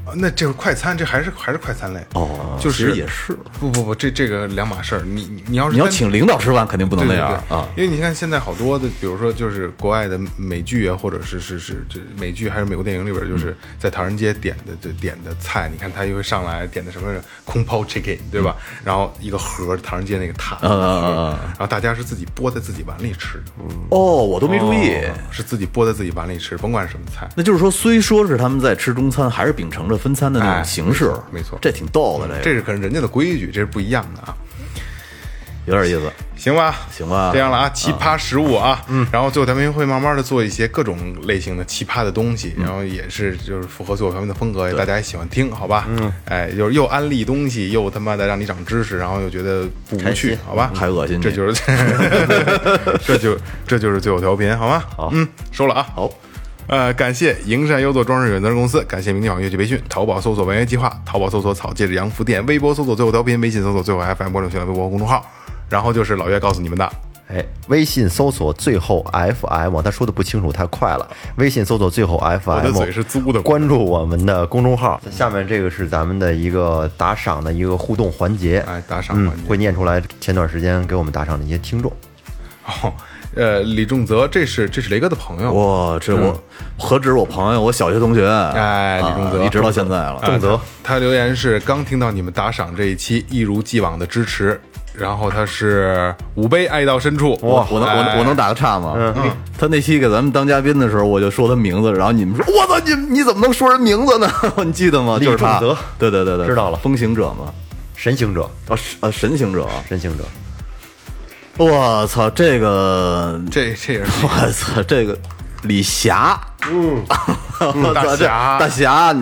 S3: 啊那这个快餐，这还是还是快餐类
S5: 哦，
S3: 就
S5: 其
S3: 是
S5: 实也是，
S3: 不不不，这这个两码事儿。你你你要是
S5: 你要
S3: 单
S5: 请领导吃饭，肯定不能那
S3: 对
S5: 样
S3: 对对
S5: 啊。
S3: 因为你看现在好多的，比如说就是国外的美剧啊，或者是是是这美剧还是美国电影里边，就是
S5: 嗯
S3: 在唐人街点的这点的菜，你看他又会上来点的什么空抛 chicken，对吧？然后一个盒唐人街那个塔，
S5: 嗯嗯嗯嗯
S3: 然后大家是自己拨在自己碗里吃，
S5: 哦，我都没注意。
S3: 是自己拨在自己碗里吃，甭管什么菜。
S5: 那就是说，虽说是他们在吃中餐，还是秉承着分餐的那
S3: 哎
S5: 种形式，
S3: 没错嗯
S5: 这挺逗的，
S3: 这
S5: 这个
S3: 是可能人家的规矩，这是不一样的啊。
S5: 有点意思。
S3: 行吧，
S5: 行吧
S3: 这样了啊，奇葩食物啊，嗯，然后最后咱们会慢慢的做一些各种类型的奇葩的东
S5: 嗯
S3: 西，然后也是就是符合最后咱们的风格，大家也喜欢听，好吧？嗯，哎，就是又安利东西，又他妈的让你长知识，然后又觉得不无趣，好吧？
S5: 还恶心你
S3: 这就是， 这就这就是最后调频，好吗？好，嗯，收了啊，好。呃，感谢营山优作装饰有限责任公司，感谢明天网乐器培训，淘宝搜索“文乐计划”，调宝搜索“草戒指洋服店”，微博搜索“最后调频”，微信搜索“最后 FM” 播种新浪微博公众号。然后就是老岳告诉你们的，
S1: 哎，微信搜索最后 FM，他说的不清楚，太快了。微信搜索最后 FM，
S3: 我的嘴是租的
S1: 关注我们的公众号。下面这个是咱们的一个打赏的一个互动环节，
S3: 哎，打赏
S1: 嗯
S3: 环，节。
S1: 会念出来前段时间给我们打赏的一些听众。
S3: 哦，呃，李仲泽，这是这是雷哥的朋友，
S5: 哇，这我何止我朋友，我小学同学，
S3: 哎李宗泽
S5: 啊一直到现在了。
S3: 哎
S1: 仲泽
S3: 他，他留言是刚听到你们打赏这一期，一如既往的支持。然后他是五杯爱到深处，
S5: 哇，我能我
S3: 哎
S5: 能我能打个岔吗？嗯，他那期给咱们当嘉宾的时候，我就说他名字，然后你们说，我操，你你怎么能说人名字呢？ 你记得吗？
S1: 李
S5: 就是他
S1: 仲泽，
S5: 对对对对，
S1: 知道了
S5: 风行者嘛，
S1: 神行者，
S5: 啊是啊，神行者，
S1: 神行者，
S5: 我操，这个，
S3: 这这也是
S5: 我操，这个李霞，嗯
S3: 大侠
S5: 大侠，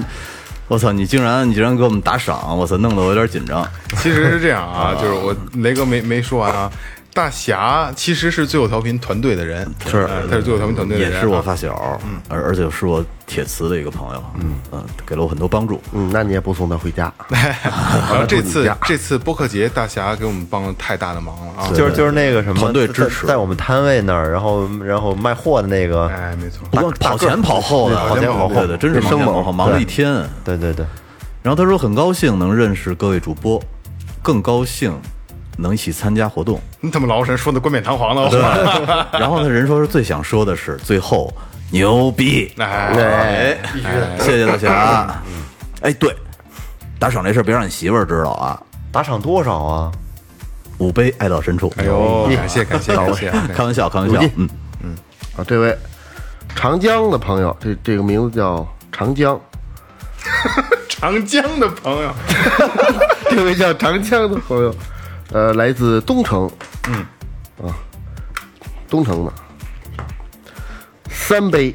S5: 我操，你竟然你竟然给我们打赏，我操，弄得我有点紧张。
S3: 其实是这样啊，就是我雷哥没没说完啊。大侠其实是最后调频团队的人，
S5: 是
S3: 呃他是最后调频团队的
S5: 也
S3: 人啊，
S5: 是我发小，而而且是我铁磁的一个朋友，嗯给了我很多帮助。
S4: 嗯，那你也不送他回家，啊
S3: 然后这
S4: 你
S3: 次
S4: 家
S3: 这次播客节，大侠给我们帮了太大的忙了啊！
S1: 就是就是那个什么
S5: 团队支持
S1: 在在我们摊位那儿，然后然后卖货的那个，
S3: 哎，没错，
S5: 不光跑前跑后的，
S1: 跑前跑后
S5: 对对，真是忙前跑后，忙了一天。
S1: 对对对，
S5: 然后他说很高兴能认识各位主播，更高兴能一起参加 活动。
S3: 你怎么老神说的冠冕堂皇的话？
S5: 然后呢，人说是最想说的是最后牛逼，
S3: 哎，
S5: 必须的，谢谢大侠。哎，对，打赏这事儿别让你媳妇儿知道啊。
S1: 打赏多少啊？
S5: 五杯爱到深处，
S3: 哎呦，哎感谢感谢感谢！
S5: 开玩笑，开玩笑，嗯，
S4: 啊，这位长江的朋友，这这个名字叫长江，
S3: 长江的朋友，
S4: 这位叫长江的朋友，呃，来自东城，嗯，啊，东城的，三杯，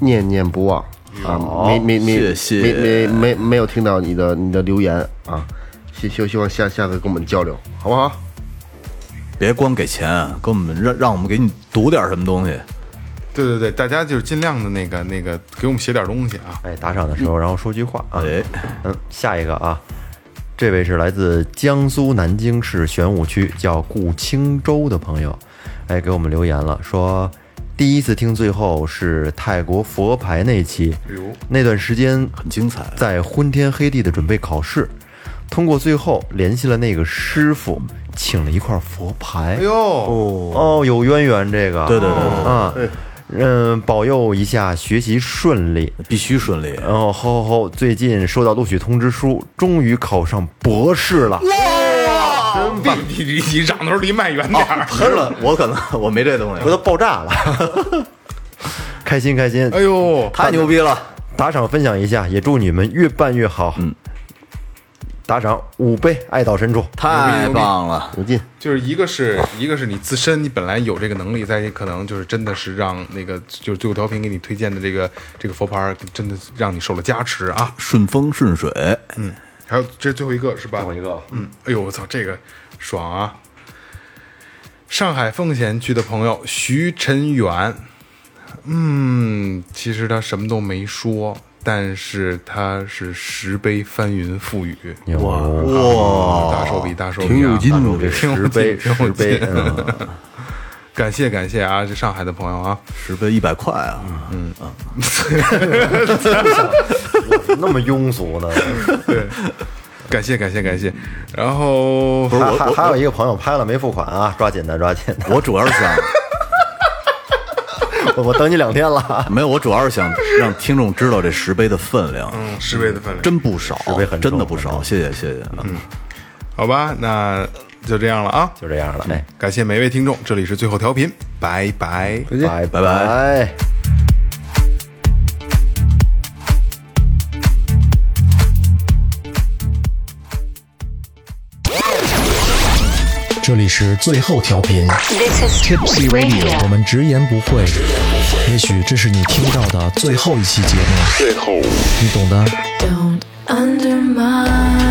S4: 念念不忘啊，没没没
S5: 谢谢
S4: 没没没没有听到你的你的留言啊，希希希望下下次跟我们交流，好不好？
S5: 别光给钱，给我们让让我们给你读点什么东西。
S3: 对对对，大家就是尽量的那个那个给我们写点东西啊！
S1: 哎，打赏的时候然后说句话啊。
S5: 哎，
S1: 嗯，下一个啊，这位是来自江苏南京市玄武区叫顾青州的朋友，哎，给我们留言了，说第一次听最后是泰国佛牌那期，
S3: 哎
S1: 那段时间
S5: 很精彩。
S1: 在昏天黑地的准备考试，通过最后联系了那个师傅，请了一块佛牌
S3: 哎，呦，
S1: 哦，有渊源这个，
S5: 对对对对
S1: 啊，嗯，保佑一下学习顺利。
S5: 必须顺利。
S1: 然后吼吼吼！最近收到录取通知书，终于考上博士了。
S3: 你哦你你你嚷头离麦远点儿！
S5: 喷了，我可能我没这东
S1: 回
S5: 西。
S1: 头爆炸了， 开心开心
S3: 哎！呦，
S5: 太牛逼了！
S1: 打赏分享一下，也祝你们越办越好。嗯，打赏五倍，爱到深处。
S5: 太棒了！
S4: 有劲，
S3: 就是一个是一个是你自身，你本来有这个能力，再一个可能就是真的是让那个就是最后调频给你推荐的这个这个佛牌儿，真的让你受了加持啊！
S5: 顺风顺水，
S3: 嗯，还有这是最后一个是吧？
S1: 最后一个
S3: 嗯，哎呦我操，这个爽啊！上海奉贤区的朋友徐晨远，嗯，其实他什么都没说，但是他是十杯翻云覆雨，
S1: 哇
S3: 哇，大手笔，大手笔、啊，
S4: 挺有劲
S3: 大手
S1: 这
S3: 笔挺有
S1: 十杯
S3: 劲挺
S1: 十
S3: 有
S1: 杯，
S3: 劲
S1: 嗯
S3: 感谢感谢啊，这上海的朋友啊，
S5: 十倍一百块啊，嗯，
S1: 那么庸俗呢？
S3: 感谢感谢感谢，然后
S1: 不是我，还还有一个朋友拍了没付款啊，抓紧的抓紧的，
S5: 我主要是想。
S1: 我我等你两天了。
S5: 没有，我主要是想让听众知道这石碑的分量，
S3: 十杯的分量，
S5: 真不少，
S1: 碑很重
S5: 真的不少，谢谢谢谢。嗯，
S3: 好吧，那就这样了啊，
S1: 就这样了，哎，
S3: 感谢每一位听众，这里是最后调频，拜拜。
S1: 哎拜
S5: 拜
S1: 拜。
S2: 这里是最后调频
S6: This is
S2: Tipsy Radio，我
S6: Radio.
S2: 们直言不讳。也许这是你听到的最后一期节目，最后，你懂的。
S7: Don't undermine.